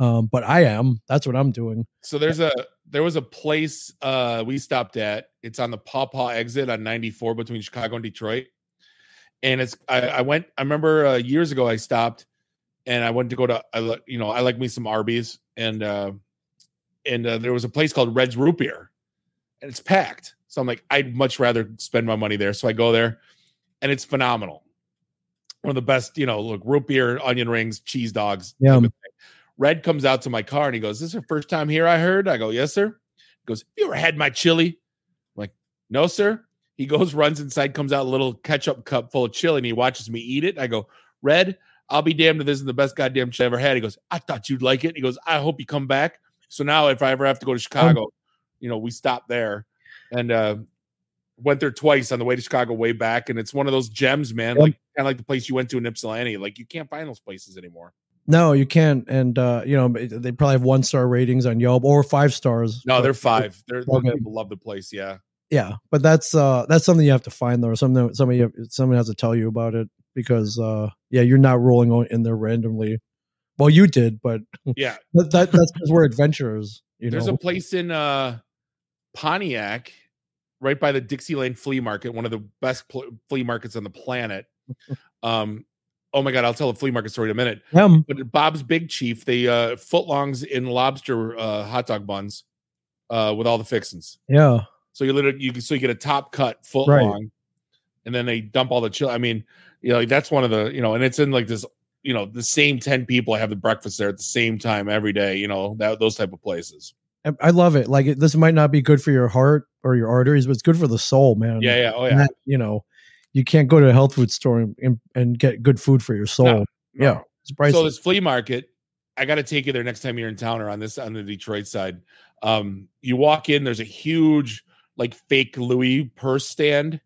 B: Um, but I am. That's what I'm doing.
A: So there's a there was a place uh we stopped at. It's on the Paw Paw exit on 94 between Chicago and Detroit. And it's I, I went. I remember uh, years ago I stopped, and I went to go to I li- you know I like me some Arby's and uh, and uh, there was a place called Red's Root Beer, and it's packed. So I'm like I'd much rather spend my money there. So I go there, and it's phenomenal. One of the best you know look root beer, onion rings, cheese dogs. type
B: Yum.
A: of thing. Red comes out to my car and he goes, "This is your first time here?" I heard. I go, "Yes, sir." He goes, "You ever had my chili?" I'm like, "No, sir." He goes, runs inside, comes out a little ketchup cup full of chili, and he watches me eat it. I go, "Red, I'll be damned if this is the best goddamn shit I ever had. He goes, I thought you'd like it. He goes, I hope you come back. So now if I ever have to go to Chicago, you know, we stopped there and uh went there twice on the way to Chicago way back. And it's one of those gems, man.
B: Yep.
A: Like kind of like the place you went to in Ypsilanti. Like you can't find those places anymore.
B: No, you can't. And uh, you know they probably have one star ratings on Yelp or five stars.
A: No,
B: But-
A: they're five. They're those
B: Okay.
A: people love the place. Yeah.
B: Yeah, but that's uh, that's something you have to find though. Something somebody someone has to tell you about it because uh, yeah, you're not rolling on in there randomly. Well, you did, but
A: Yeah.
B: that, that that's because we're adventurers. Hmm. You
A: There's
B: know,
A: a place in uh Pontiac right by the Dixie Lane flea market, one of the best pl- flea markets on the planet. Um oh my god, I'll tell a flea market story in a minute.
B: Yum.
A: but at Bob's Big Chief, they uh footlongs in lobster uh hot dog buns uh with all the fixings.
B: yeah,
A: So you literally you can so you get a top cut foot
B: Right.
A: long, and then they dump all the chill. I mean, you know, that's one of the you know, and it's in like this, you know, the same 10 people have the breakfast there at the same time every day, you know, that those type of places.
B: I, I love it. Like it, this might not be good for your heart or your arteries, but it's good for the soul, man.
A: Yeah, yeah, oh yeah.
B: And that, you know, you can't go to a health food store and, and get good food for your soul. yeah, it's priceless.
A: So this flea market, I got to take you there next time you're in town or on this on the Detroit side. Um, you walk in, there's a huge like fake Louis purse stand.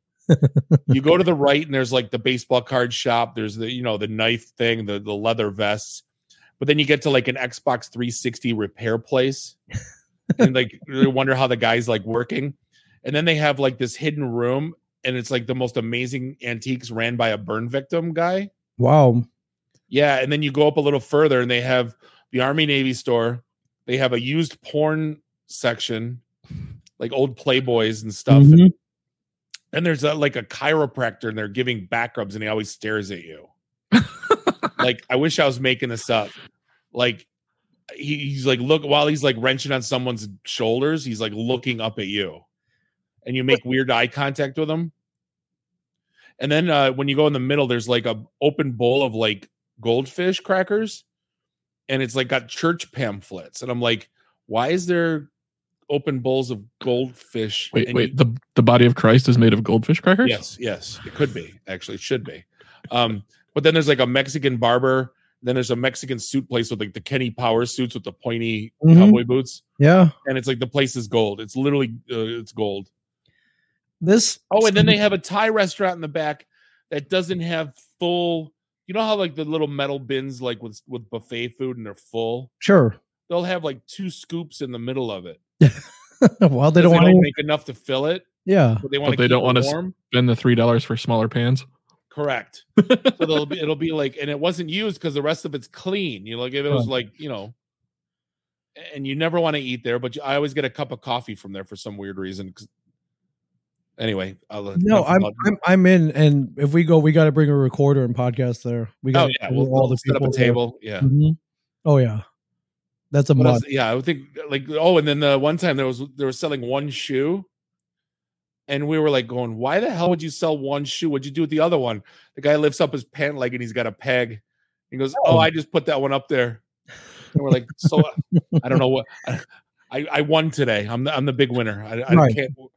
A: you go to the right, and there's like the baseball card shop. There's the you know the knife thing, the the leather vests. But then you get to like an Xbox 360 repair place, and like you wonder how the guy's like working. And then they have like this hidden room, and it's like the most amazing antiques ran by a burn victim guy.
B: wow.
A: Yeah, and then you go up a little further, and they have the Army Navy store. They have a used porn section, like old Playboys and stuff.
B: Mhm.
A: And there's a, like a chiropractor, and they're giving back rubs, and he always stares at you. like I wish I was making this up. Like he, he's like look while he's like wrenching on someone's shoulders, he's like looking up at you, and you make weird eye contact with him. And then uh, when you go in the middle, there's like a open bowl of like goldfish crackers and it's like got church pamphlets and i'm like why is there open bowls of goldfish
C: Wait,
A: and
C: wait. The the body of Christ is made of goldfish crackers.
A: yes yes it could be actually it should be um but then there's like a mexican barber then there's a mexican suit place with like the kenny power suits with the pointy
B: Mhm.
A: cowboy boots
B: Yeah.
A: and it's like the place is gold it's literally uh, it's gold
B: This.
A: Oh, and then they have a Thai restaurant in the back that doesn't have full. You know how like the little metal bins like with with buffet food and they're full.
B: sure.
A: They'll have like two scoops in the middle of it.
B: well, they
A: 'Cause
B: don't want. to.
A: make enough to fill it,
B: yeah.
A: but they want.
C: But they don't
A: want
C: wanna
A: to
C: s-
A: warm.
C: Spend the three dollars for smaller pans.
A: Correct. so it'll be it'll be like, and it wasn't used because the rest of it's clean. You know, like if it was like you know, and you never want to eat there, but you, I always get a cup of coffee from there for some weird reason. 'cause- Anyway, I'll,
B: No,
A: enough
B: I'm,
A: about-
B: I'm I'm in, and if we go, we got to bring a recorder and podcast there. We
A: oh
B: got
A: yeah, we'll, we'll set up a table. Yeah.
B: Oh yeah, that's a
A: What
B: must.
A: else- yeah, I would think like oh, and then the one time there was they were selling one shoe, and we were like going, "Why the hell would you sell one shoe? What'd you do with the other one?" The guy lifts up his pant leg and he's got a peg. He goes, "Oh,
B: Oh.
A: I just put that one up there." And we're like, "So uh, I don't know what I I won today. I'm the I'm the big winner. I, I
B: Right.
A: can't." what-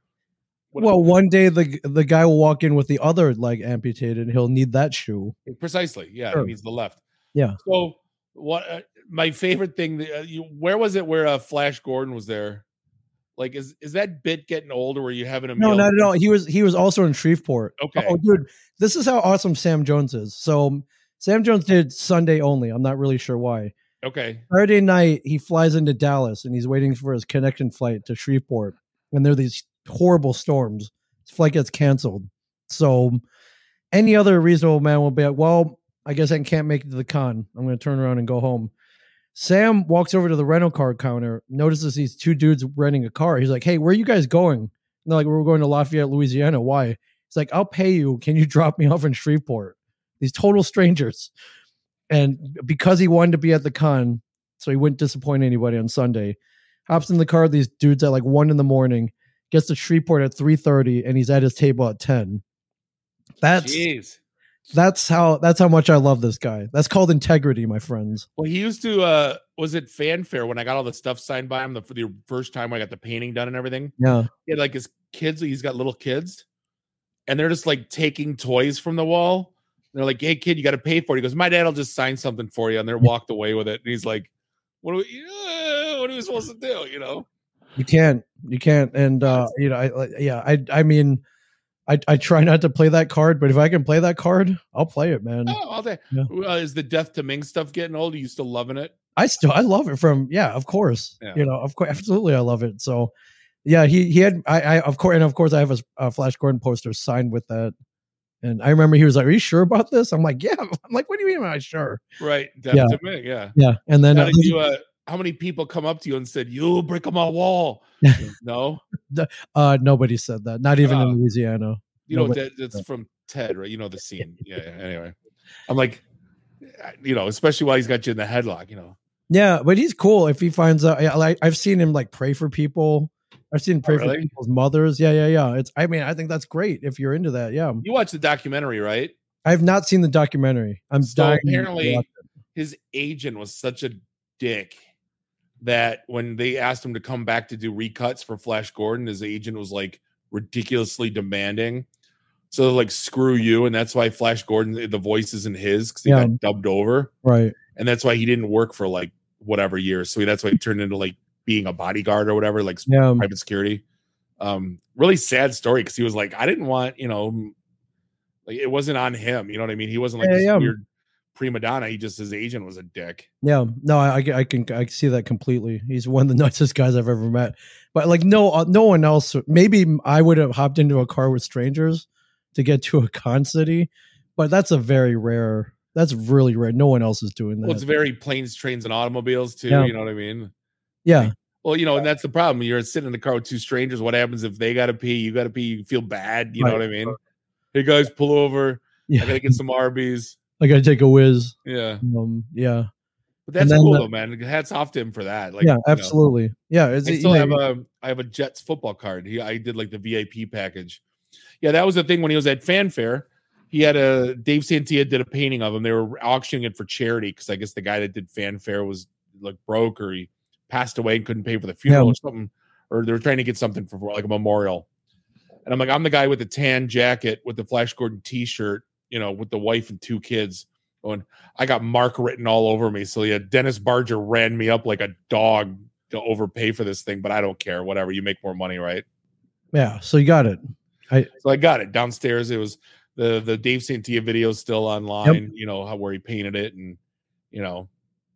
B: Well, one day the the guy will walk in with the other leg amputated. and He'll need that shoe.
A: Precisely. Yeah,
B: Sure.
A: he needs the left.
B: Yeah.
A: So what? Uh, my favorite thing. that, Uh, you, where was it? Where uh, Flash Gordon was there? Like, is is that bit getting older? Where you having a
B: No,
A: meal?
B: not at all. He was he was also in Shreveport.
A: Okay.
B: Oh, dude, this is how awesome Sam Jones is. So Sam Jones did Sunday only. I'm not really sure why.
A: Okay.
B: Friday night, he flies into Dallas and he's waiting for his connection flight to Shreveport. And there are these horrible storms. His flight gets canceled. So, any other reasonable man will be like, well, I guess I can't make it to the con. I'm going to turn around and go home. Sam walks over to the rental car counter, notices these two dudes renting a car. He's like, "Hey, where are you guys going?" And they're like, "We're going to Lafayette, Louisiana. Why?" He's like, "I'll pay you. Can you drop me off in Shreveport?" These total strangers. And because he wanted to be at the con, so he wouldn't disappoint anybody on Sunday, hops in the car with these dudes at like one in the morning, gets to Shreveport at three thirty, and he's at his table at ten. That's
A: Jeez.
B: that's how that's how much I love this guy. That's called integrity, my friends.
A: Well, he used to. uh Was it fanfare when I got all the stuff signed by him the, for the first time when I got the painting done and everything?
B: Yeah.
A: He had like his kids. He's got little kids, and they're just like taking toys from the wall. And they're like, "Hey, kid, you got to pay for it." He goes, "My dad will just sign something for you," and
B: Mm.
A: they're walked away with it. And he's like, "What are we? uh, what are we supposed to do?" You know?
B: You can't. You can't. And uh, you know, I like, yeah, I I mean I I try not to play that card, but if I can play that card, I'll play it, man.
A: Oh, all day.
B: Mm. Yeah.
A: Uh, is the death to Ming stuff getting old? Are you still loving it?
B: I still I love it from yeah, of course.
A: Yeah.
B: You know, of course absolutely I love it. So yeah, he he had I, I of course and of course I have a, s- a Flash Gordon poster signed with that. And I remember he was like, "Are you sure about this?" I'm like, "Yeah." I'm like, "What do you mean am I sure?"
A: Right, death
B: Yeah.
A: to Ming. Yeah.
B: Yeah. And then
A: How
B: uh,
A: did you? Uh, how many people come up to you and said, "You break my wall"? no.
B: uh, nobody said that. Not even
A: Uh,
B: in Louisiana.
A: You know,
B: Nobody-
A: that, that's from Ted, right? You know the scene. Yeah. yeah, Anyway, I'm like, uh, you know, especially while he's got you in the headlock. You know,
B: Yeah, but he's cool if he finds out. Yeah, like I've seen him like pray for people. I've seen him pray for
A: Oh, really?
B: people's mothers. Yeah, yeah, yeah. It's. I mean, I think that's great if you're into that. Yeah,
A: you watch the documentary, right?
B: I've not seen the documentary. I'm
A: So
B: dying. to
A: apparently-
B: watch it.
A: His agent was such a dick that when they asked him to come back to do recuts for Flash Gordon, his agent was like ridiculously demanding. So they're like, screw you, and that's why Flash Gordon, the voice isn't his because he
B: Yeah.
A: got dubbed over.
B: right.
A: and that's why he didn't work for like whatever years. So that's why he turned into like being a bodyguard or whatever, like
B: Yeah, um,
A: private security. Um, really sad story because he was like, I didn't want, you know, m- like it wasn't on him. You know what I mean? He wasn't like
B: Yeah,
A: this
B: yeah.
A: weird prima donna. He just his agent was a dick.
B: yeah. No, I, I can I can see that completely. He's one of the nicest guys I've ever met. But like, no, uh, no one else. Maybe I would have hopped into a car with strangers to get to a con city, but that's a very rare. That's really rare. No one else is doing that.
A: Well, it's very planes, trains, and automobiles too.
B: Yeah.
A: You know what I mean?
B: yeah,
A: Well, you know, and that's the problem. You're sitting in the car with two strangers. What happens if they got to pee? You got to pee. You feel bad. You know
B: Right.
A: what I mean? Hey guys, pull over. I
B: yeah.
A: gotta get some Arby's.
B: I gotta take a whiz.
A: Yeah.
B: Um, yeah,
A: But
B: And
A: that's
B: then
A: cool
B: the-
A: though, man. Hats off to him for that. Like,
B: yeah,
A: you know,
B: absolutely. Yeah, it's,
A: I
B: you
A: still
B: know,
A: have a I have a Jets football card. He, I did like the VIP package. Yeah, that was the thing when he was at Fanfare. He had a Dave Santia did a painting of him. They were auctioning it for charity because I guess the guy that did Fanfare was like broke or he passed away and couldn't pay for the funeral
B: Yeah.
A: or something. Or they were trying to get something for like a memorial. And I'm like, I'm the guy with the tan jacket with the Flash Gordon T-shirt, you know, with the wife and two kids. Going, I got Mark written all over me. So yeah, Dennis Barger ran me up like a dog to overpay for this thing, but I don't care. Whatever, you make more money, right?
B: yeah. So you got it.
A: So I got it downstairs. It was the the Dave Santia video is still online. You know how where he painted it, and you know,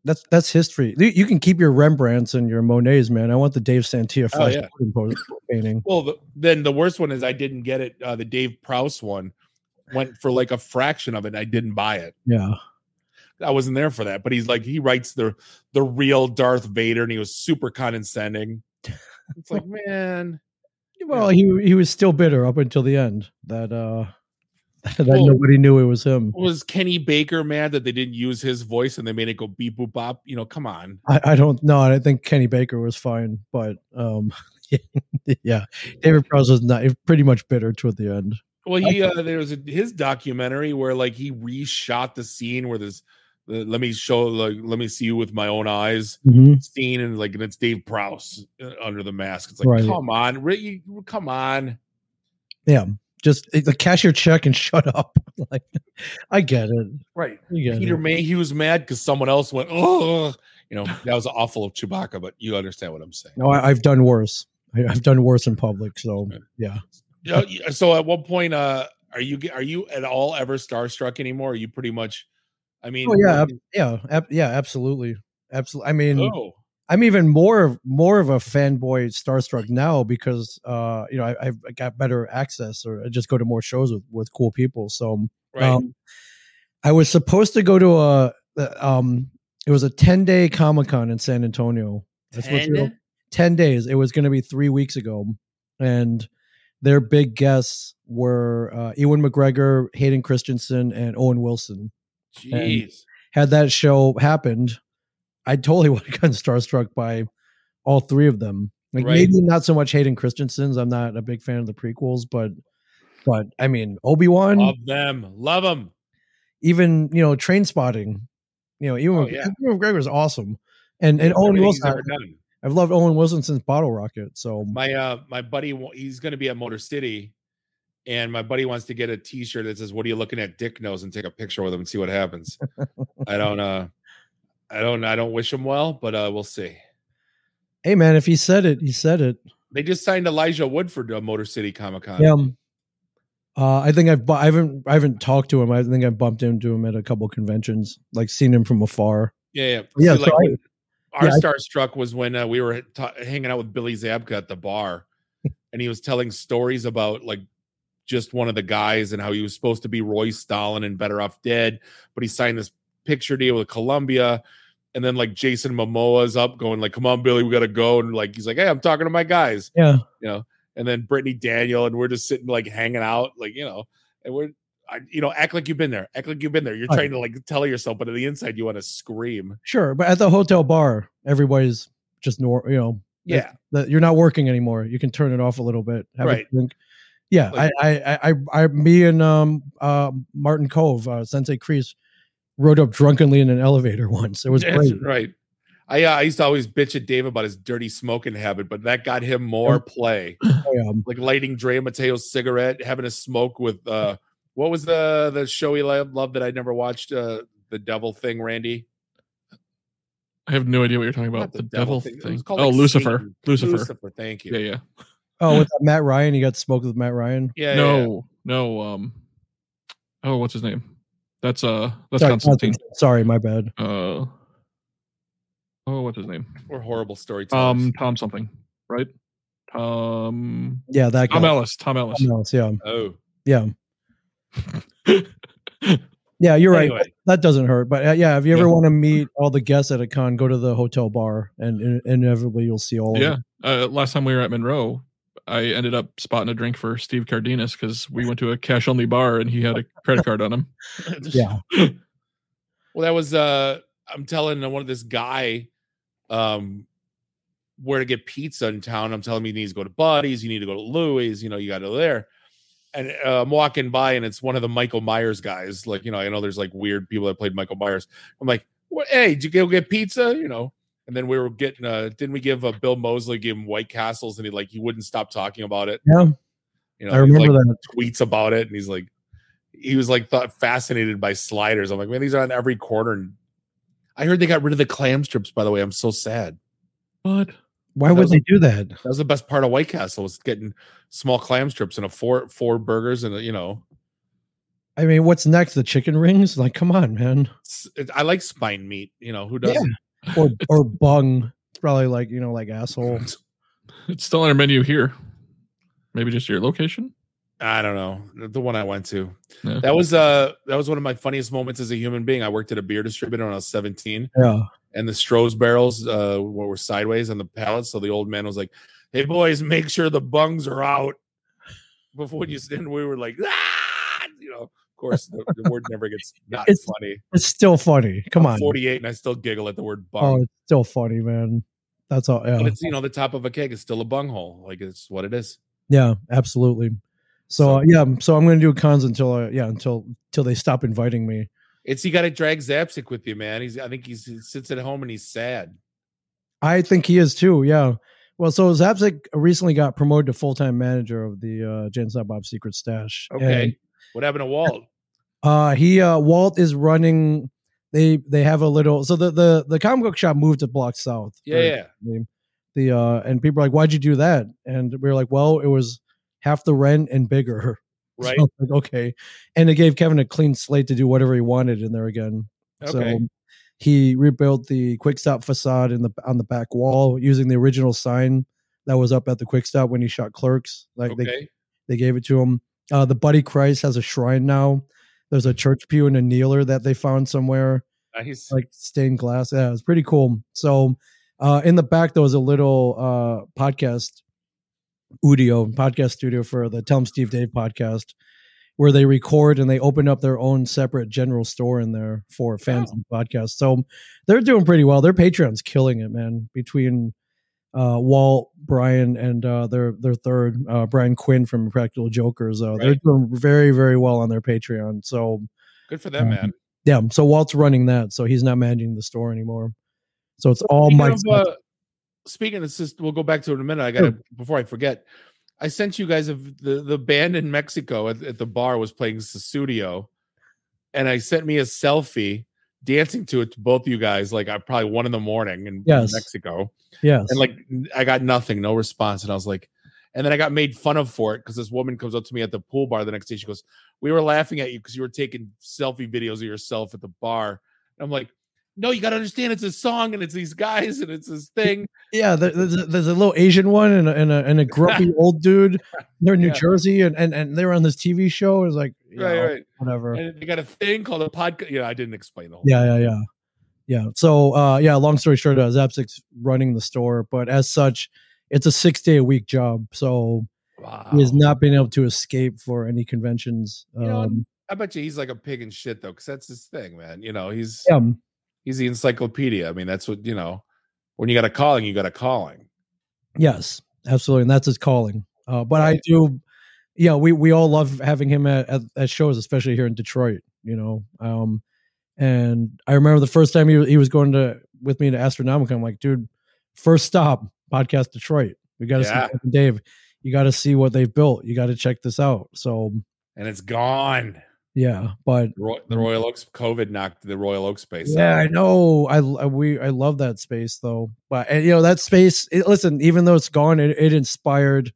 B: That's that's history. You, you can keep your Rembrandts and your Monets, man. I want the Dave Santia flash
A: Oh, yeah.
B: Gordon po- painting.
A: well, the, then the worst one is I didn't get it. Uh, the Dave Prouse one went for like a fraction of it. I didn't buy it.
B: Yeah,
A: I wasn't there for that. But he's like, he writes the the real Darth Vader, and he was super condescending. It's like, man,
B: well, he he was still bitter up until the end that uh that
A: Well-
B: nobody knew it was him.
A: was Kenny Baker mad that they didn't use his voice and they made it go beep boop bop? You know, come on.
B: I, I don't know. I think Kenny Baker was fine, but um, yeah, David Prowse was not he was pretty much bitter toward the end.
A: Well, he uh, there was a, his documentary where like he reshot the scene where there's the let me show like let me see you with my own eyes scene and like and it's Dave Prouse uh, under the mask. It's like
B: Right.
A: come on, re- you- come on.
B: Just the cash your check and shut up. like, I get it.
A: Right.
B: You get
A: Peter
B: it.
A: Mayhew's mad because someone else went oh, you know that was awful of Chewbacca, but you understand what I'm saying.
B: No, I, I've done worse. I, I've done worse in public. So
A: Yeah.
B: yeah,
A: You know, you- so at what point uh are you are you at all ever starstruck anymore? Are you pretty much? I mean,
B: oh yeah, ab- yeah, ab- yeah, absolutely, absolutely. I mean,
A: oh.
B: I'm even more of more of a fanboy starstruck now because uh, you know I, I've got better access, or I just go to more shows with, with cool people. So
A: Right.
B: um, I was supposed to go to a uh, um, It was a 10 day Comic Con in San Antonio. That's what they were- 10 days. It was going to be three weeks ago. And their big guests were uh, Ewan McGregor, Hayden Christensen, and Owen Wilson.
A: Jeez.
B: Had that show happened, I totally would have gotten starstruck by all three of them. Like
A: Right.
B: maybe not so much Hayden Christensen's. I'm not a big fan of the prequels, but but I mean Obi Wan,
A: Love them. Love them.
B: even you know Train Spotting, you know Ewan,
A: Oh,
B: Mc-
A: yeah.
B: Ewan McGregor is awesome, and oh, and Owen Wilson.
A: done.
B: I've loved Owen Wilson since Bottle Rocket. So
A: my uh my buddy wa- he's going to be at motor city and my buddy wants to get a t-shirt that says what are you looking at dick nose and take a picture with him and see what happens i don't uh i don't i don't wish him well but uh we'll see
B: hey man, if he said it, he said it.
A: they just signed elijah wood for uh, motor city comic-con
B: Yeah. um, Uh, I think I've bu- I haven't I haven't talked to him. I think I've bumped into him at a couple conventions, like seen him from afar.
A: yeah yeah,
B: Yeah,
A: See,
B: so
A: like,
B: I-
A: when our
B: yeah, I-
A: star struck was when uh, we were ta- hanging out with billy zabka at the bar and he was telling stories about like just one of the guys and how he was supposed to be Roy Stalin and Better Off Dead, but he signed this picture deal with Columbia. And then like Jason Momoa's up going like, "Come on, Billy, we gotta go." And like he's like, "Hey, I'm talking to my guys."
B: Yeah.
A: you know. And then Brittany Daniel and we're just sitting like hanging out, like you know, and we're. I, you know, act like you've been there. Act like you've been there. You're
B: Right.
A: trying to like tell yourself, but on the inside, you want to scream.
B: Sure, but at the hotel bar, everybody's just nor you know
A: Yeah,
B: that you're not working anymore. You can turn it off a little bit. Have
A: Right.
B: a drink. Yeah,
A: Like-
B: I, I, I, I, I, me and um, uh, Martin Cove, uh, Sensei Kreese, rode up drunkenly in an elevator once. It was
A: That's
B: great.
A: right. I uh, I used to always bitch at Dave about his dirty smoking habit, but that got him more play.
B: Um,
A: like lighting Dre Mateo's cigarette, having a smoke with uh what was the the show he loved, loved that I never watched uh the devil thing, Randy?
C: I have no idea what you're talking
A: Not
C: about.
A: the
C: The, devil,
A: devil thing. It
C: thing.
A: was
C: Oh,
A: called, like,
C: Lucifer.
A: Satan.
C: Lucifer.
A: Lucifer, thank you.
C: Yeah, yeah.
B: oh, with Matt Ryan, he got smoked with Matt Ryan.
A: Yeah, yeah, yeah.
C: no, no. Um. Oh, what's his name? That's uh. That's
B: Sorry,
C: Constantine.
B: Constantine. Sorry, my bad.
C: Uh. Oh, what's his name?
A: We're horrible storytellers.
C: Um, Tom something, right? Tom.
B: Yeah, that guy.
C: Tom Ellis. Tom Ellis.
B: Tom Ellis, Yeah,
A: oh,
B: yeah, yeah. You're right.
A: Anyway,
B: That doesn't hurt. But uh, yeah, if you ever
C: Yeah.
B: want to meet all the guests at a con, go to the hotel bar, and in- inevitably you'll see all.
C: Yeah.
B: Of
C: Uh, last time we were at Monroe, I ended up spotting a drink for Steve Cardenas because we went to a cash only bar and he had a credit card on him.
B: them. Yeah.
A: Well, that was uh I'm telling one of this guy um where to get pizza in town. I'm telling him he needs to go to Buddy's, you need to go to Louis, you know, you gotta go there. And uh, I'm walking by and it's one of the Michael Myers guys. Like, you know, I know there's like weird people that played Michael Myers. I'm like, what hey, did you go get pizza? You know. And then we were getting uh didn't we give uh, Bill Mosley give him White Castles and he like he wouldn't stop talking about it.
B: Yeah,
A: You know,
B: I
A: he's
B: remember
A: like,
B: that.
A: tweets about it and he's like he was like thought fascinated by sliders i'm like man these are on every corner and i heard they got rid of the clam strips by the way i'm so sad
C: What?
B: Why would
A: was-
B: they do that?
A: that was the best part of white castle was getting small clam strips and a four four burgers and a, you know
B: I mean, what's next? The chicken rings? Like, come on, man.
A: s- it- i like spine meat you know who
B: Yeah.
A: doesn't
B: Or or bung. It's probably like you know, like asshole.
C: It's still on our menu here. Maybe just your location.
A: i don't know the one i went to
C: Yeah.
A: that was uh that was one of my funniest moments as a human being i worked at a beer distributor when i was 17
B: Yeah.
A: and the Stroh's barrels uh, were were sideways on the pallet. So the old man was like, "Hey boys, make sure the bungs are out." Before you stand, we were like, "Ah!" You know, of course, the, the word never gets not
B: It's-
A: funny.
B: It's still funny. Come on.
A: Forty-eight, and I still giggle at the word
B: Oh,
A: bung.
B: it's still funny, man. That's all.
A: but
B: Yeah.
A: it's you know the top of a keg is still a bunghole. Like it's what it is.
B: Yeah. Absolutely. So uh, yeah. So I'm gonna do cons until uh, yeah until until they stop inviting me.
A: It's you got to drag Zapsik with you, man. He's I think he's, he sits at home and he's sad.
B: I think he is too. Yeah. Well, so Zapsik recently got promoted to full time manager of the uh, Jan's Not Bob Secret Stash.
A: Okay,
B: And,
A: what happened to Walt?
B: uh, he uh, Walt is running. They they have a little. So the the the comic book shop moved to Block South.
A: Yeah, yeah.
B: The, the uh, and people are like, why'd you do that? And we were like, well, it was half the rent and bigger.
A: right.
B: So, like, okay. And it gave Kevin a clean slate to do whatever he wanted in there again.
A: okay.
B: So he rebuilt the Quick Stop facade in the on the back wall using the original sign that was up at the Quick Stop when he shot clerks. Like
A: okay.
B: they, they gave it to him. Uh, the Buddy Christ has a shrine now. There's a church pew and a kneeler that they found somewhere.
A: Nice.
B: like stained glass. Yeah, it was pretty cool. So uh, in the back there was a little uh, podcast audio podcast studio for the Tell 'em Steve Dave podcast where they record and they open up their own separate general store in there for fans and podcasts. So they're doing pretty well. Their Patreon's killing it, man. Between uh, Walt, Brian, and uh, their their third uh, Brian Quinn from Practical Jokers, uh, they're
A: Right.
B: doing very very well on their Patreon. So
A: Good for
B: uh,
A: them, man.
B: yeah, um, so Walt's running that, so he's not managing the store anymore. So it's all
A: Speaking
B: my
A: of, uh, speaking of sis- we'll go back to it in a minute. I got to before I forget. I sent you guys of the the band in Mexico at, at the bar was playing Susudio, and I sent me a selfie dancing to it to both you guys like I probably one in the morning in in
B: Yes.
A: Mexico,
B: yes,
A: and like n- I got nothing, no response, and I was like. And then I got made fun of for it because this woman comes up to me at the pool bar the next day. She goes, "We were laughing at you because you were taking selfie videos of yourself at the bar." And I'm like, "No, you got to understand, it's a song and it's these guys and it's this thing."
B: yeah. there- There's a, there's a little Asian one and a, and a, and a grumpy old dude. They're in New
A: Yeah.
B: Jersey, and, and and they were on this TV show. It was like, yeah,
A: Right, right.
B: whatever.
A: And they got a thing called a podcast. Yeah, I didn't explain the whole.
B: Yeah, yeah, yeah. Yeah. So uh yeah, long story short, uh, Zapsic's running the store, but as such, it's a six day a week job. So
A: Wow.
B: he has not been able to escape for any conventions. Um,
A: You know, I bet you he's like a pig in shit though, because that's his thing, man. You know, he's
B: yeah. um,
A: he's the encyclopedia. I mean, that's what you know. When you got a calling, you got a calling.
B: Yes, absolutely, and that's his calling. Uh, but I do, yeah, we we all love having him at, at, at shows, especially here in Detroit. You know, um, and I remember the first time he was- he was going to with me to Astronomica. I'm like, dude, first stop, podcast Detroit. We got to
A: Yeah.
B: see Captain Dave. You got to see what they've built. You got to check this out. So
A: And it's gone.
B: yeah, but
A: Roy, the Royal Oaks COVID knocked the Royal Oaks space.
B: Mm. yeah,
A: out.
B: I know. I, I we I love that space though. But and, you know that space. It, listen, even though it's gone, it, it inspired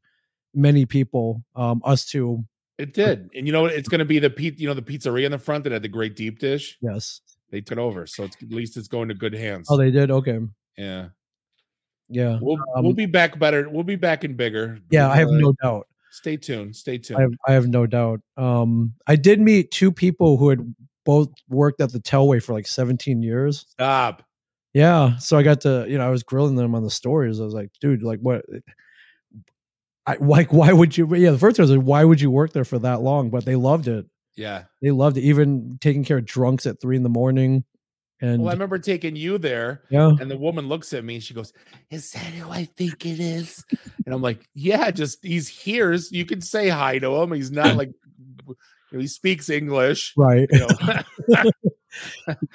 B: many people, um, us too.
A: it did. And you know, what? it's going to be the pe- you know the pizzeria in the front that had the great deep dish.
B: Yes.
A: They took it over, so it's, at least it's going to good hands.
B: Oh, they did. Okay.
A: yeah,
B: Yeah.
A: we'll
B: Um,
A: we'll be back better. We'll be back in bigger.
B: Yeah, I have
A: Uh,
B: no doubt.
A: Stay tuned. Stay tuned.
B: I have, I have no doubt. Um, I did meet two people who had both worked at the Telway for like 17 years.
A: Stop.
B: Yeah. So I got to, you know, I was grilling them on the stories. I was like, dude, like what? eh, I like, why would you? Yeah. The first time I was like, why would you work there for that long? But they loved it.
A: Yeah.
B: They loved it. Even taking care of drunks at three in the morning. And
A: Well, I remember taking you there,
B: yeah.
A: and the woman looks at me and she goes, Is that who I think it is? And I'm like, Yeah, just he's here. so You can say hi to him. He's not like you know, he speaks English.
B: Right.
A: You know,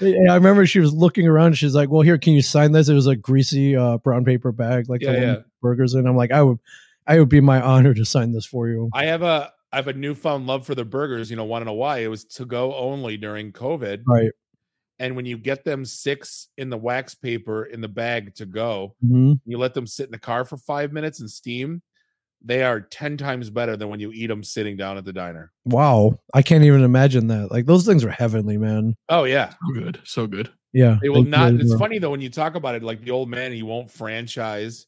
B: Yeah, I remember she was looking around. She's like, "Well, here, can you sign this?" It was a greasy uh, brown paper bag, like
A: Yeah,
B: the one
A: yeah.
B: with burgers. And I'm like, "I would, I would be my honor to sign this for you."
A: I have a I have a newfound love for the burgers. You know, want to know why? It was to go only during COVID.
B: Right.
A: And when you get them six in the wax paper in the bag to go,
B: hmm
A: you let them sit in the car for five minutes and steam, they are 10 times better than when you eat them sitting down at the diner.
B: Wow, I can't even imagine that. Like those things are heavenly, man.
A: Oh, yeah.
C: So good. So good.
B: Yeah,
A: They will not.
B: really
A: It's
B: are.
A: funny though when you talk about it, like the old man, he won't franchise.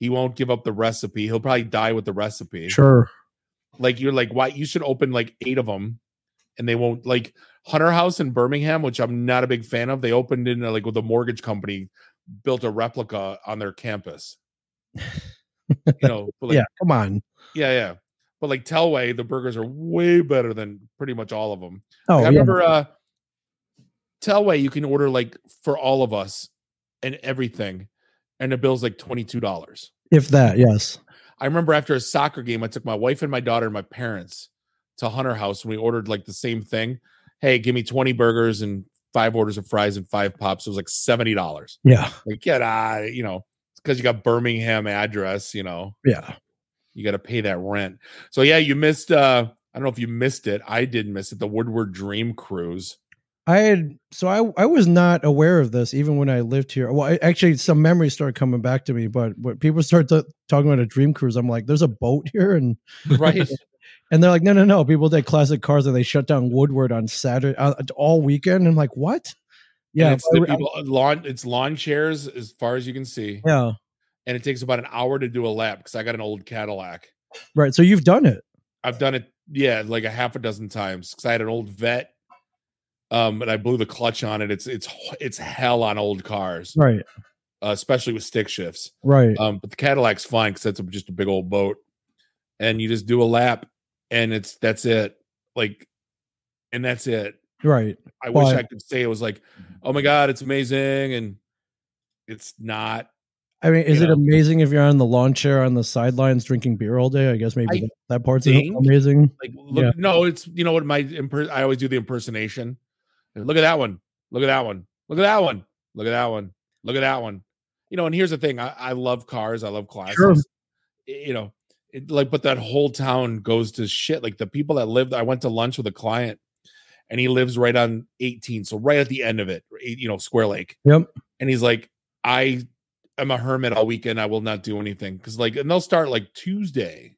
A: He won't give up the recipe. He'll probably die with the recipe.
B: Sure.
A: Like you're like, why you should open like eight of them, and they won't like Hunter House in Birmingham, which I'm not a big fan of. They opened in like with a mortgage company, built a replica on their campus. you know, but like,
B: yeah. Come on.
A: yeah, yeah. But like Telway, the burgers are way better than pretty much all of them.
B: Oh,
A: I
B: yeah.
A: remember uh Telway you can order like for all of us and everything and the bill's like $22.
B: if that. Yes.
A: I remember after a soccer game I took my wife and my daughter and my parents to Hunter House and we ordered like the same thing. Hey, give me 20 burgers and five orders of fries and five pops. It was like $70.
B: Yeah.
A: Like get out, you know, cuz you got Birmingham address, you know.
B: Yeah.
A: You got to pay that rent. So yeah, you missed uh I don't know if you missed it. I did miss it. The Woodward Dream Cruise.
B: I had so I I was not aware of this even when I lived here. Well, I, actually, some memories started coming back to me. But when people start to, talking about a dream cruise, I'm like, "There's a boat here," and
A: Right?
B: And they're like, no, no, no. People did classic cars and they shut down Woodward on Saturday uh, all weekend. I'm like, what?
A: Yeah,
B: Yeah,
A: it's, the
B: I- I-
A: people, uh, lawn, it's lawn chairs as far as you can see,
B: yeah,
A: and it takes about an hour to do a lap because I got an old Cadillac.
B: right. So you've done it.
A: I've done it, yeah, like a half a dozen times because I had an old vet. um, and I blew the clutch on it. It's it's it's hell on old cars,
B: Right.
A: uh, especially with stick shifts.
B: Right.
A: Um, but the Cadillac's fine because that's a, just a big old boat, and you just do a lap, and it's that's it. Like, and that's it.
B: right.
A: I wish
B: But- Mm-hmm.
A: I could say it was like, oh my god, it's amazing, and it's not.
B: I mean, is
A: you
B: it
A: know.
B: amazing if you're on the lawn chair on the sidelines drinking beer all day? I guess maybe
A: I
B: that, that part's
A: think-
B: amazing.
A: Like, look,
B: Yeah.
A: no, it's you know what my imper- I always do the impersonation. Look at that one. Look at that one. Look at that one. Look at that one. Look at that one. You know, and here's the thing: I, I love cars. I love classics.
B: Sure.
A: You know, it, like, but that whole town goes to shit. Like the people that lived. I went to lunch with a client, and he lives right on 18, so right at the end of it. e, You know, Square Lake.
B: Yep.
A: And he's like, I am a hermit all weekend. I will not do anything because, like, and they'll start like Tuesday.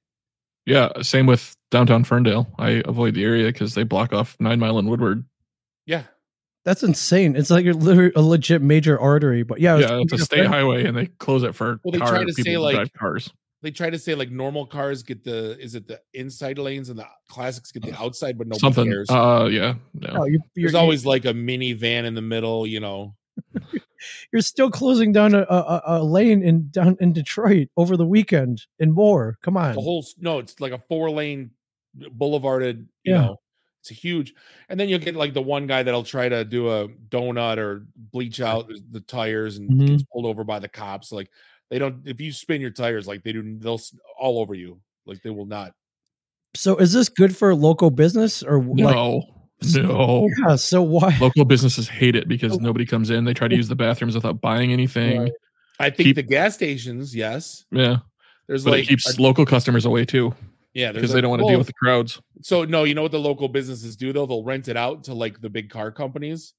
C: Yeah, same with downtown Ferndale. I avoid the area because they block off Nine Mile and Woodward.
A: Yeah.
B: That's insane. It's like you're literally a legit major artery. But yeah, I was
C: yeah, it's
B: thinking
C: a
B: of
C: state
B: Ferndale.
C: highway, and they close it for
A: Well, they
C: car-
A: try to
C: people
A: say,
C: who
A: like-
C: drive cars.
A: they try to say like normal cars get the is it the inside lanes and the classics get the outside, but nobody
C: Uh, Something.
A: cares.
C: Uh, yeah, no.
B: No, you- you're,
A: There's always like a minivan in the middle, you know.
B: you're still closing down a, a, a lane in down in Detroit over the weekend and more. Come on.
A: The whole s- no, it's like a four lane boulevarded, you
B: Yeah.
A: know. It's a huge, and then you'll get like the one guy that'll try to do a donut or bleach out the tires and
B: Mhm.
C: Mm-hmm.
A: gets pulled over by the cops. Like they don't if you spin your tires like they do, they'll s- all over you. Like they will not.
B: so is this good for local business or like
C: no, no.
B: yeah, so why
C: Local businesses hate it because nobody comes in. They try to use the bathrooms without buying anything.
B: Oh. Right.
A: I think
C: Keep-
A: the gas stations, yes.
C: Yeah,
A: There's
C: but
A: like
C: it keeps
A: a-
C: local customers away too
A: yeah, there's
C: because they
A: a-
C: don't want to
A: well,
C: deal with the crowds.
A: So no, you know what the local businesses do though? They'll rent it out to like the big car companies,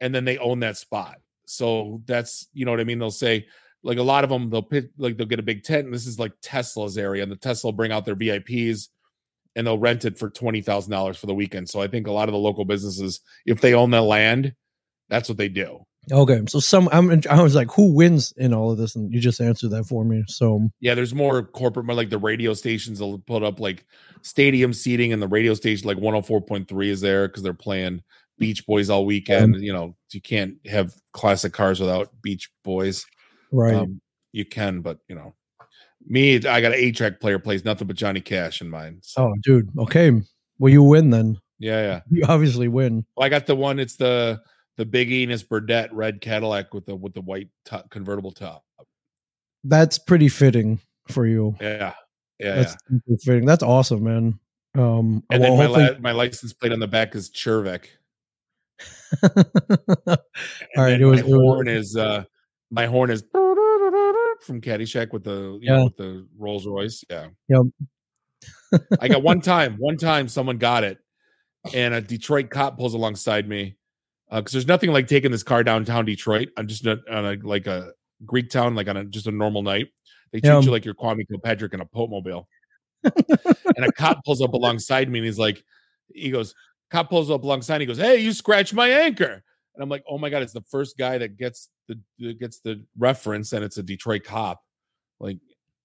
A: and then they own that spot. So that's you know what I mean. They'll say like a lot of them they'll pit, like they'll get a big tent, and this is like Tesla's area, and the Tesla will bring out their VIPs, and they'll rent it for twenty thousand dollars for the weekend. So I think a lot of the local businesses, if they own that land, that's what they do.
B: okay so some i'm i was like who wins in all of this and you just answered that for me so
A: Yeah, there's more corporate, more like the radio stations will put up like stadium seating, and the radio station like 104.3 is there because they're playing Beach Boys all
B: Um
A: weekend. You know, you can't have classic cars without Beach Boys.
B: right
A: Um, you can, but you know, me, I got an eight track player plays nothing but Johnny Cash in mine. So
B: oh dude okay well you win then
A: yeah, yeah.
B: you obviously win
A: Well, I got the one. It's the the Big Enos Burdett red Cadillac with the with the white top, convertible top.
B: that's pretty fitting for you
A: Yeah, yeah.
B: that's
A: yeah.
B: pretty fitting that's awesome man um
A: And then
B: well,
A: my,
B: hopefully-
A: li- my license plate on the back is Chervik.
B: All right,
A: then
B: it was-
A: my
B: it was-
A: horn is uh, my horn is from Caddyshack with the you
B: Yeah.
A: know, with the Rolls Royce. Yeah,
B: Yep.
A: I got one time, one time someone got it, and a Detroit cop pulls alongside me because Uh, there's nothing like taking this car downtown Detroit. I'm just not on a like a Greek town, like on a, just a normal night. They treat
B: Yeah.
A: you like you're Kwame Kilpatrick in a Popemobile. and a cop pulls up alongside me and he's like, he goes, cop pulls up alongside. He goes, "Hey, you scratched my anchor." And I'm like, "Oh my god, it's the first guy that gets the that gets the reference, and it's a Detroit cop." Like,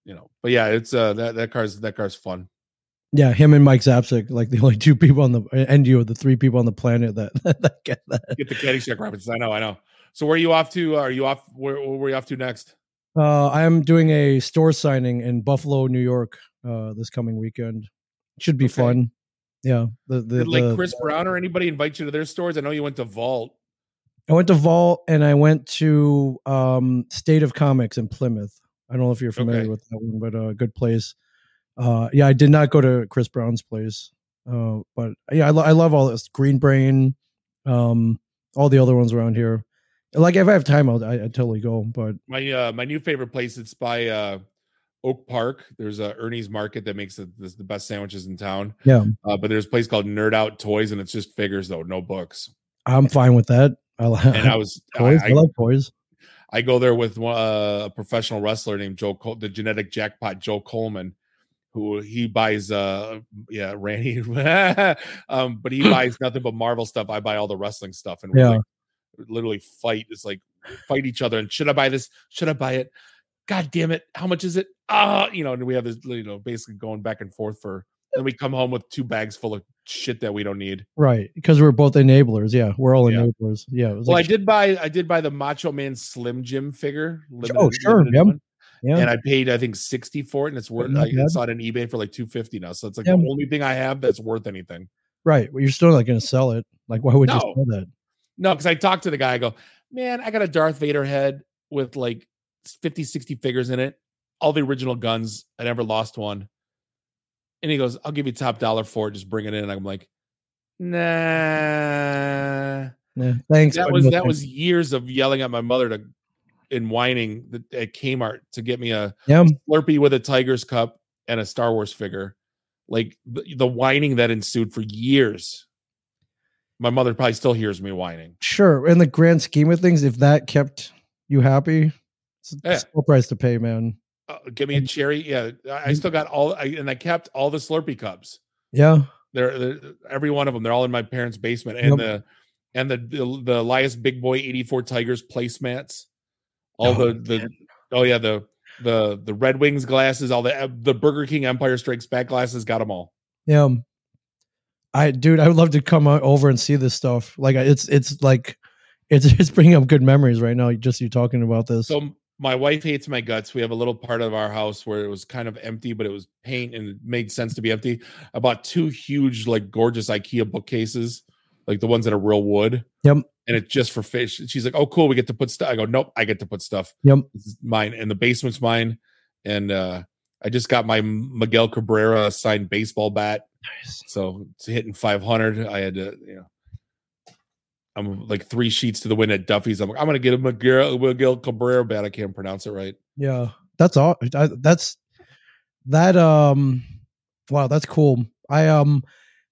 A: you know, but yeah, it's uh that that car's that car's fun.
B: yeah him and mike zapsik like the only two people on the and you are the three people on the planet that that get that
A: Get the Caddyshack references. I know, I know. So where are you off to? uh, Are you off? Where, where were you off to next?
B: Uh, I am doing a store signing in Buffalo, New York, uh, this coming weekend. Should be
A: Okay.
B: fun. Yeah, the the,
A: Did like
B: the-
A: Chris Brown or anybody invite you to their stores? I know you went to Vault.
B: I went to Vault and I went to um, State of Comics in Plymouth. I don't know if you're familiar
A: Okay.
B: with that one, but uh, good place. Uh, yeah, I did not go to Chris Brown's place, uh, but yeah, I, lo- I love all this Green Brain, um, all the other ones around here. Like if I have time, I'll I, I totally go. But
A: My uh my new favorite place. It's by uh Oak Park. There's a Ernie's Market that makes the, the best sandwiches in town.
B: Yeah.
A: Uh, but there's a place called Nerd Out Toys, and it's just figures though, no books.
B: I'm fine with that. I, li-
A: And I was I,
B: Uh, toys. I,
A: I,
B: love toys.
A: I go there with one, uh, a professional wrestler named Joe, Col- the genetic jackpot Joe Coleman, who he buys. Uh, yeah, Randy. um, but he buys nothing but Marvel stuff. I buy all the wrestling stuff, and we,
B: Yeah.
A: like, literally fight. It's like fight each other. And should I buy this? Should I buy it? God damn it! How much is it? Ah, you know. And we have this, you know, basically going back and forth for and we come home with two bags full of shit that we don't need.
B: right? Because we're both enablers. Yeah, we're all
A: Yeah.
B: enablers. Yeah, it was
A: Well,
B: like,
A: I did buy I did buy the Macho Man Slim Jim figure. Limited,
B: Oh, sure,
A: limited
B: yep.
A: one,
B: yeah,
A: And I paid I think sixty for it, and it's worth.
B: Not
A: I
B: bad.
A: saw it on eBay for like two fifty now, so it's like
B: Yep.
A: the only thing I have that's worth anything.
B: right. Well, you're still not going to sell it. Like, why would you
A: No.
B: sell that?
A: No, because I talked to the guy. I go, man, I got a Darth Vader head with like 50, 60 figures in it, all the original guns. I never lost one. And he goes, I'll give you top dollar for it. Just bring it in. And I'm like, nah.
B: Yeah, thanks.
A: That
B: but
A: was
B: no
A: that
B: thanks.
A: was years of yelling at my mother to and whining that- at Kmart to get me a
B: yeah.
A: Slurpee with a Tiger's cup and a Star Wars figure. Like the, the whining that ensued for years. My mother probably still hears me whining.
B: Sure. In the grand scheme of things, if that kept you happy, it's a
A: Yeah.
B: small price to pay, man.
A: uh, give me a cherry. Yeah, I I still got all, I, and I kept all the Slurpee cups.
B: Yeah.
A: They're, they're every one of them. They're all in my parents' basement, and
B: Yep.
A: the and the the, the Elias Big Boy eighty four Tigers placemats. All
B: Oh,
A: the the oh yeah the the the Red Wings glasses, all the uh, the Burger King Empire Strikes Back glasses. Got them all.
B: Yeah. I, dude, I would love to come o- over and see this stuff. Like, it's, it's like, it's, it's bringing up good memories right now. Just you talking about this.
A: So m- my wife hates my guts. We have a little part of our house where it was kind of empty, but it was paint and it made sense to be empty. I bought two huge, like gorgeous IKEA bookcases, like the ones that are real wood.
B: Yep.
A: And it's just for fish. She's like, "Oh, cool, we get to put stuff." I go, "Nope, I get to put stuff."
B: Yep.
A: This is mine, and the basement's mine. And uh I just got my Miguel Cabrera signed baseball bat,
B: Nice.
A: so it's hitting 500. I had to, you know. I'm like three sheets to the wind at Duffy's. I'm like, I'm gonna get a Miguel, Miguel Cabrera bat. I can't pronounce it right.
B: Yeah. That's all. I, that's that. Um, wow. That's cool. I, um,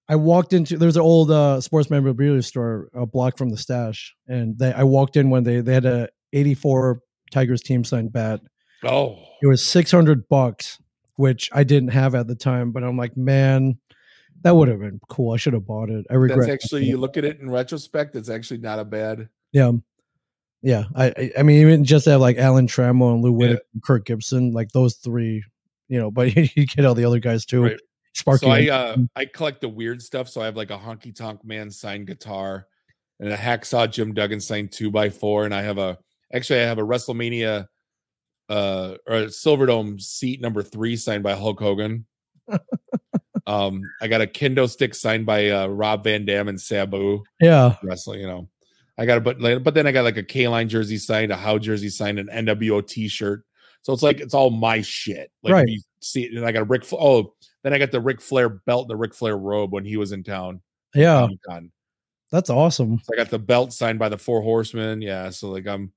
B: I walked into there's an old uh, sports memorabilia store a block from the stash, and they I walked in one day. They had a '84 Tigers team signed bat,
A: Oh,
B: it was 600 bucks which i didn't have at the time but i'm like man that would have been cool i should have bought it i regret
A: that's actually you look at it in retrospect. It's actually not a bad.
B: yeah yeah I- i i mean even just to have like alan trammell and lou whitaker and kirk gibson like those three you know but you get all the other guys too
A: Right.
B: sparky
A: So I uh, I collect the weird stuff. So I have like a honky tonk man signed guitar, and a hacksaw Jim Duggan signed two by four, and I have a actually I have a WrestleMania uh or a Silverdome seat number three signed by Hulk Hogan. um, I got a kendo stick signed by uh, Rob Van Dam and Sabu.
B: yeah
A: wrestling, you know. I got a but like, but then I got like a K line jersey signed, a How jersey signed, an NWO t shirt. So it's like it's all my shit. Like if
B: Right.
A: you see it, and I got a Rick Fla- oh, then I got the Ric Flair belt and the Ric Flair robe when he was in town.
B: yeah
A: Comic-Con.
B: that's awesome
A: So I got the belt signed by the four horsemen. Yeah. So like I'm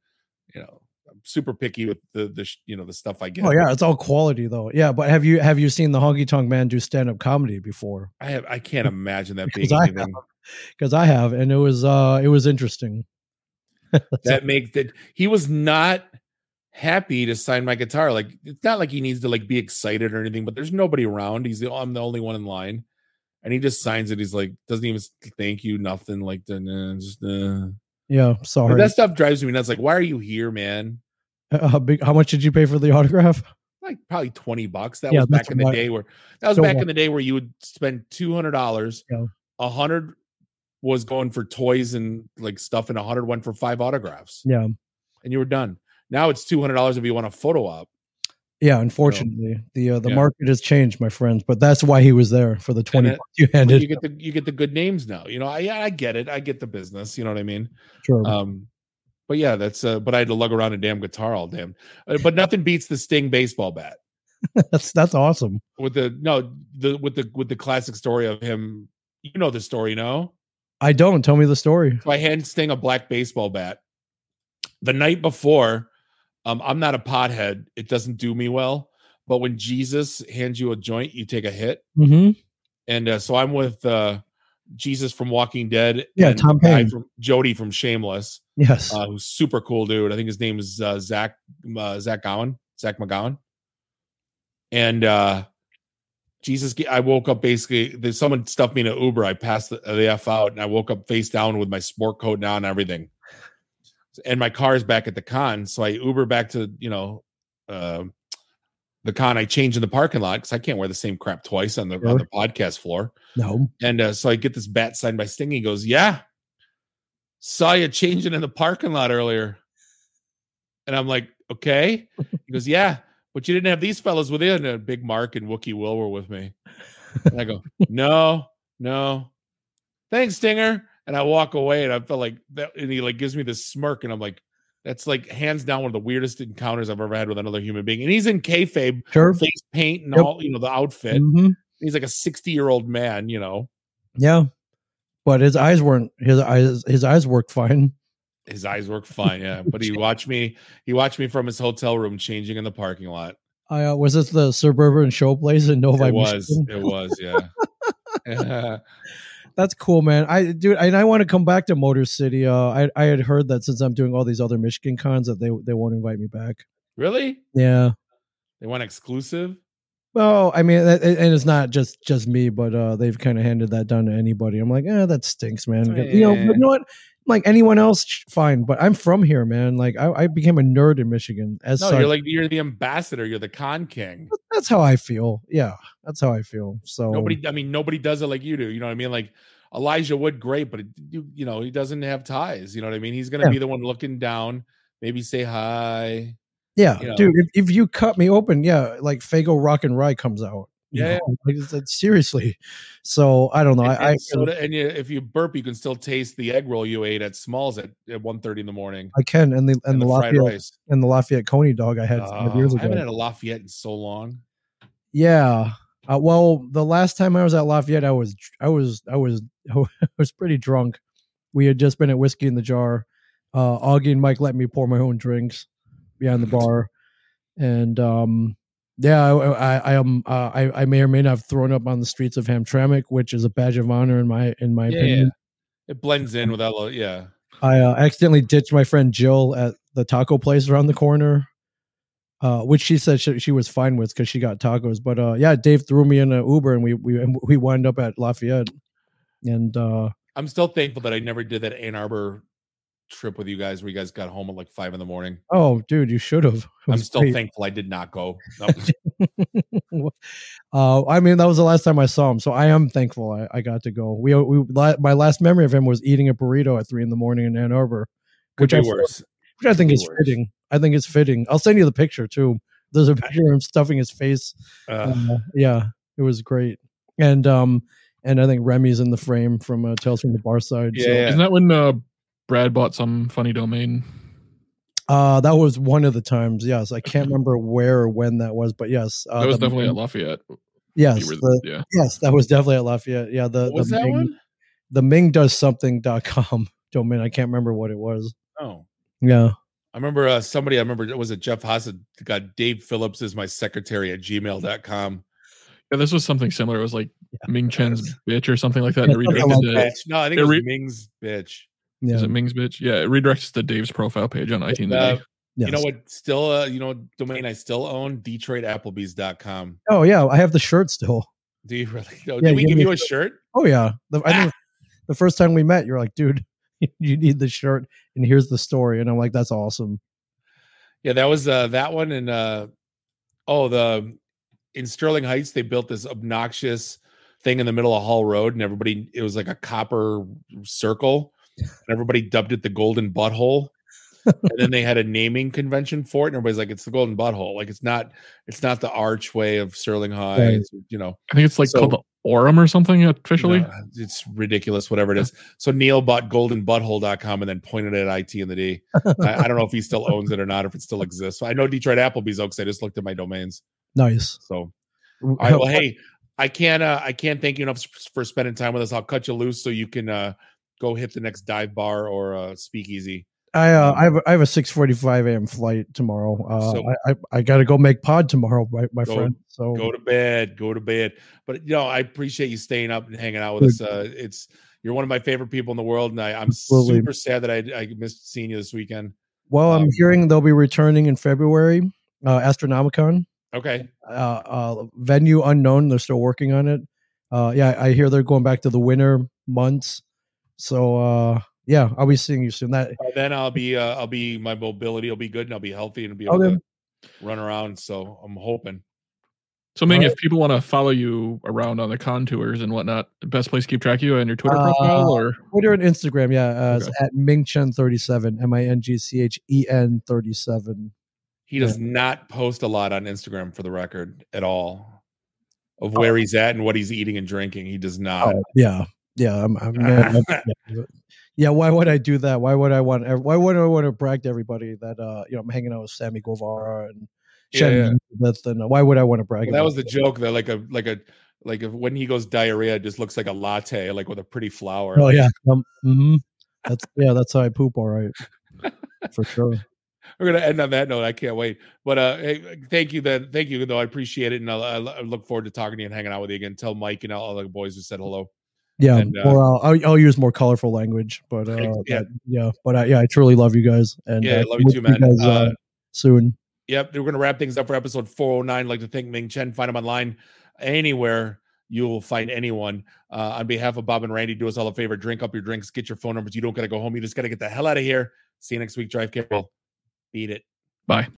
A: you know, I'm super picky with the the sh- you know the stuff I get.
B: oh yeah it's all quality though yeah but have you have you seen the honky tonk man do stand-up comedy before
A: I have I can't imagine that being
B: because i have
A: anything.
B: because i have and it was uh it was interesting
A: that makes that he was not happy to sign my guitar like it's not like he needs to like be excited or anything but there's nobody around he's the i'm the only one in line and he just signs it he's like doesn't even s- thank you nothing like the nah, just uh.
B: yeah
A: But
B: sorry
A: that stuff drives me nuts like why are you here man
B: Uh, How big? How much did you pay for the autograph?
A: like probably 20 bucks that
B: Yeah,
A: was
B: that's
A: back in the
B: what-
A: day where that was
B: so
A: back
B: what-
A: in the day where you would spend 200 dollars
B: Yeah.
A: a hundred was going for toys and like stuff and a hundred went for five autographs
B: Yeah,
A: and you were done now it's 200 dollars if you want a photo op
B: yeah. Unfortunately, the uh, the
A: Yeah.
B: market has changed, my friends. But that's why he was there for the twenty
A: it-
B: bucks you
A: But
B: handed.
A: you get the you get the good names now. You know, I I get it. I get the business. You know what I mean?
B: Sure.
A: Um, but yeah, that's uh. But I had to lug around a damn guitar all damn. Uh, but nothing beats the Sting baseball bat
B: that's that's awesome.
A: with the no the with the with the classic story of him. You know the story, no?
B: I don't tell me the story.
A: So I hand Sting a black baseball bat the night before. Um, I'm not a pothead. It doesn't do me well. But when Jesus hands you a joint, you take a hit.
B: Mm-hmm.
A: And uh, so I'm with uh, Jesus from Walking Dead.
B: Yeah,
A: and
B: Tom
A: the guy
B: Payne.
A: From Jody from Shameless,
B: Yes.
A: uh, who's super cool dude. I think his name is uh, Zach uh, Zach Gowan, Zach McGowan. And uh, Jesus, ge- I woke up basically. There's someone stuffed me in an Uber. I passed the, the f out, and I woke up face down with my sport coat on and everything. And my car is back at the con, so I Uber back to you know, uh, the con I change in the parking lot because I can't wear the same crap twice on the on
B: Really?
A: the podcast floor.
B: No.
A: And uh, so I get this bat signed by Sting. He goes, "Yeah, saw you changing in the parking lot earlier." And I'm like, "Okay." He goes, "Yeah, but you didn't have these fellas with you." And uh, Big Mark and Wookie Will were with me. And I go, "No, no, thanks, Stinger." And I walk away, and I felt like that. And he like gives me this smirk, and I'm like, "That's like hands down one of the weirdest encounters I've ever had with another human being." And he's in kayfabe,
B: Sure.
A: face paint, and
B: Yep.
A: all you know the outfit.
B: hmm
A: He's like a 60 year old man, you know.
B: Yeah. But his eyes weren't his eyes his eyes worked fine.
A: his eyes work fine yeah but he watched me he watched me from his hotel room changing in the parking lot
B: I uh, was this the suburban show place in Novi?
A: it was
B: Michigan?
A: it was yeah
B: That's cool, man. I dude, and I want to come back to Motor City. Uh, I I had heard that since I'm doing all these other Michigan cons that they they won't invite me back.
A: really
B: Yeah.
A: they want exclusive
B: Well, I mean, that- and it's not just just me, but uh, they've kind of handed that down to anybody. I'm like, eh, that stinks, man. You know,
A: Oh, Yeah.
B: but you know what? Like anyone else, sh- fine. But I'm from here, man. Like I, I became a nerd in Michigan. As
A: no
B: such.
A: you're like you're the ambassador you're the con king
B: that's how I feel. Yeah, that's how I feel. So
A: nobody i mean nobody does it like you do you know what i mean like elijah wood great but it, you, you know he doesn't have ties you know what i mean he's gonna
B: Yeah.
A: be the one looking down maybe say hi
B: Yeah,
A: you know.
B: dude. If, if you cut me open, yeah, like Fago Rock and Rye comes out. you
A: Yeah.
B: know? Like, it's- it's- seriously. So I don't know.
A: and,
B: I I,
A: and soda, and you, if you burp you can still taste the egg roll you ate at smalls at, at 1 in the morning
B: I can and the and, the
A: fried
B: Lafayette
A: rice
B: and the Lafayette Coney dog I had
A: Uh,
B: five years
A: I haven't had
B: ago.
A: a Lafayette in so long.
B: Yeah. Uh, well, the last time I was at Lafayette, I was I was I was I was pretty drunk. We had just been at Whiskey in the Jar. Uh, Augie and Mike let me pour my own drinks behind the bar, and um, yeah, I, I, I am uh, I, I may or may not have thrown up on the streets of Hamtramck, which is a badge of honor in my in my
A: Yeah,
B: opinion.
A: It blends in with that. lo- Yeah.
B: I uh, accidentally ditched my friend Jill at the taco place around the corner, uh, which she said she, she was fine with because she got tacos. But uh, yeah, Dave threw me in an Uber and we we and we wound up at Lafayette. And uh,
A: I'm still thankful that I never did that Ann Arbor trip with you guys where you guys got home at like five in the morning.
B: oh, dude, you should have.
A: I'm still thankful I did not go. No.
B: uh, I mean, that was the last time I saw him, so I am thankful I, I got to go. We we la- my last memory of him was eating a burrito at three in the morning in Ann Arbor,
A: Could
B: which I
A: be
B: feel-
A: worse.
B: which I think
A: be
B: is
A: worse.
B: fitting. I think it's fitting. I'll send you the picture too. There's a picture of him stuffing his face
A: Uh,
B: Uh, yeah, it was great. And um, and I think Remy's in the frame from uh, Tales from the Bar Side. so-
A: Yeah.
C: Isn't that when uh, Brad bought some funny domain?
B: uh, that was one of the times. Yes, I can't remember where or when that was, but yes, uh,
C: That was
B: the-
C: definitely at Lafayette. You
B: yes,
C: were-
B: the-
C: yeah.
B: yes, that was definitely at Lafayette. Yeah, the
A: what was
B: the
A: that
B: Ming,
A: one?
B: the Ming does something dot com domain. I can't remember what it was.
A: Oh,
B: Yeah,
A: I remember uh, somebody, I remember it was a Jeff Haas got Dave Phillips is my secretary at gmail.com.
C: Yeah, this was something similar. It was like
B: Yeah.
C: Ming Chen's bitch or something like that.
B: Yeah,
C: It
B: something
C: redirected
B: like
C: to,
A: Bitch. No, I think it was
C: Every-
A: Ming's bitch.
B: yeah.
C: Is it Ming's bitch? Yeah, it redirects to Dave's profile page on iTunes.
A: Uh,
B: yes.
A: You know what? Still, uh, you know, domain I still own DetroitApplebee's.com.
B: Oh yeah, I have the shirt still.
A: Do you really? Oh,
B: Yeah,
A: did we
B: give
A: give
B: me
A: you
B: a
A: a shirt?
B: Oh yeah, the, I think the first time we met, you're like, dude, you need the shirt, and here's the story, and I'm like, that's awesome.
A: Yeah, that was uh that one and uh oh the in Sterling Heights they built this obnoxious thing in the middle of Hall Road and everybody it was like a copper circle and everybody dubbed it the golden butthole. and then they had a naming convention for it, and everybody's like, "It's the Golden Butthole." Like, it's not, it's not the archway of Sterling Heights. You know,
C: I think it's like
A: so-
C: called the Orem or something officially.
A: No, it's ridiculous, whatever it is. So Neil bought goldenbutthole.com and then pointed at IT in the D. I, I don't know if he still owns it or not, if it still exists. I know Detroit Applebee's oaks. I just looked at my domains.
B: Nice.
A: So all right, well, hey, I can't uh, I can't thank you enough s- for spending time with us. I'll cut you loose so you can uh go hit the next dive bar or uh speakeasy.
B: I uh,
A: Um,
B: I have a, I have a six forty five a.m. flight tomorrow. Uh,
A: So-
B: I, I I gotta go make pod tomorrow, my, my
A: Go-
B: friend. So
A: Go to bed, go to bed. But you know, I appreciate you staying up and hanging out with us. Uh it's you're one of my favorite people in the world, and I, I'm
B: Absolutely.
A: super sad that I, I missed seeing you this weekend.
B: well, I'm
A: um,
B: hearing they'll be returning in February. Uh, Astronomicon
A: Okay.
B: uh, uh, venue unknown. They're still working on it. Uh, yeah, I hear they're going back to the winter months. So uh, yeah, I'll be seeing you soon. That
A: By then I'll be uh, I'll be my mobility will be good and I'll be healthy and I'll be able
B: Okay.
A: to run around. So I'm hoping.
C: So, Ming,
B: All right.
C: if people want to follow you around on the contours and whatnot, best place to keep track of you and your Twitter
B: Uh,
C: profile, or
B: Twitter and Instagram, yeah, uh, it's
C: Okay.
B: at Mingchen37, M I N G C H E N 37.
A: He does not post a lot on Instagram for the record at all of where he's at and what he's eating and drinking. He does not.
B: Oh, yeah, yeah, I'm, I'm, I'm- I'm- yeah. Why would I do that? Why would I want? Why would I want to brag to everybody that uh, you know I'm hanging out with Sammy Guevara and
C: Yeah,
B: Shannon Elizabeth? And uh, why would I want to brag?
A: Well, that
B: about
A: was the joke that like a like a like if when he goes diarrhea, it just looks like a latte, like with a pretty flower.
B: Oh yeah, um, mhm. that's yeah, that's how I poop. All right, for sure.
A: We're gonna end on that note. I can't wait. But uh, hey, thank you. Then thank you. Though I appreciate it, and I'll, I'll- I look forward to talking to you and hanging out with you again. Tell Mike and all the boys who said hello.
B: Yeah,
A: And, uh,
B: or I'll, I'll, I'll use more colorful language, but uh, that-
A: Yeah.
B: yeah. but I, yeah, I truly love you guys, and
A: Yeah,
B: uh,
A: I love you too, man.
B: guys, uh,
A: Uh,
B: soon,
A: Yep, we're gonna wrap things up for episode 409. I'd like to thank Ming Chen. Find him online anywhere you will find anyone. Uh, on behalf of Bob and Randy, do us all a favor: drink up your drinks, get your phone numbers. You don't gotta go home. You just gotta get the hell out of here. See you next week. Drive careful. Beat it.
C: bye.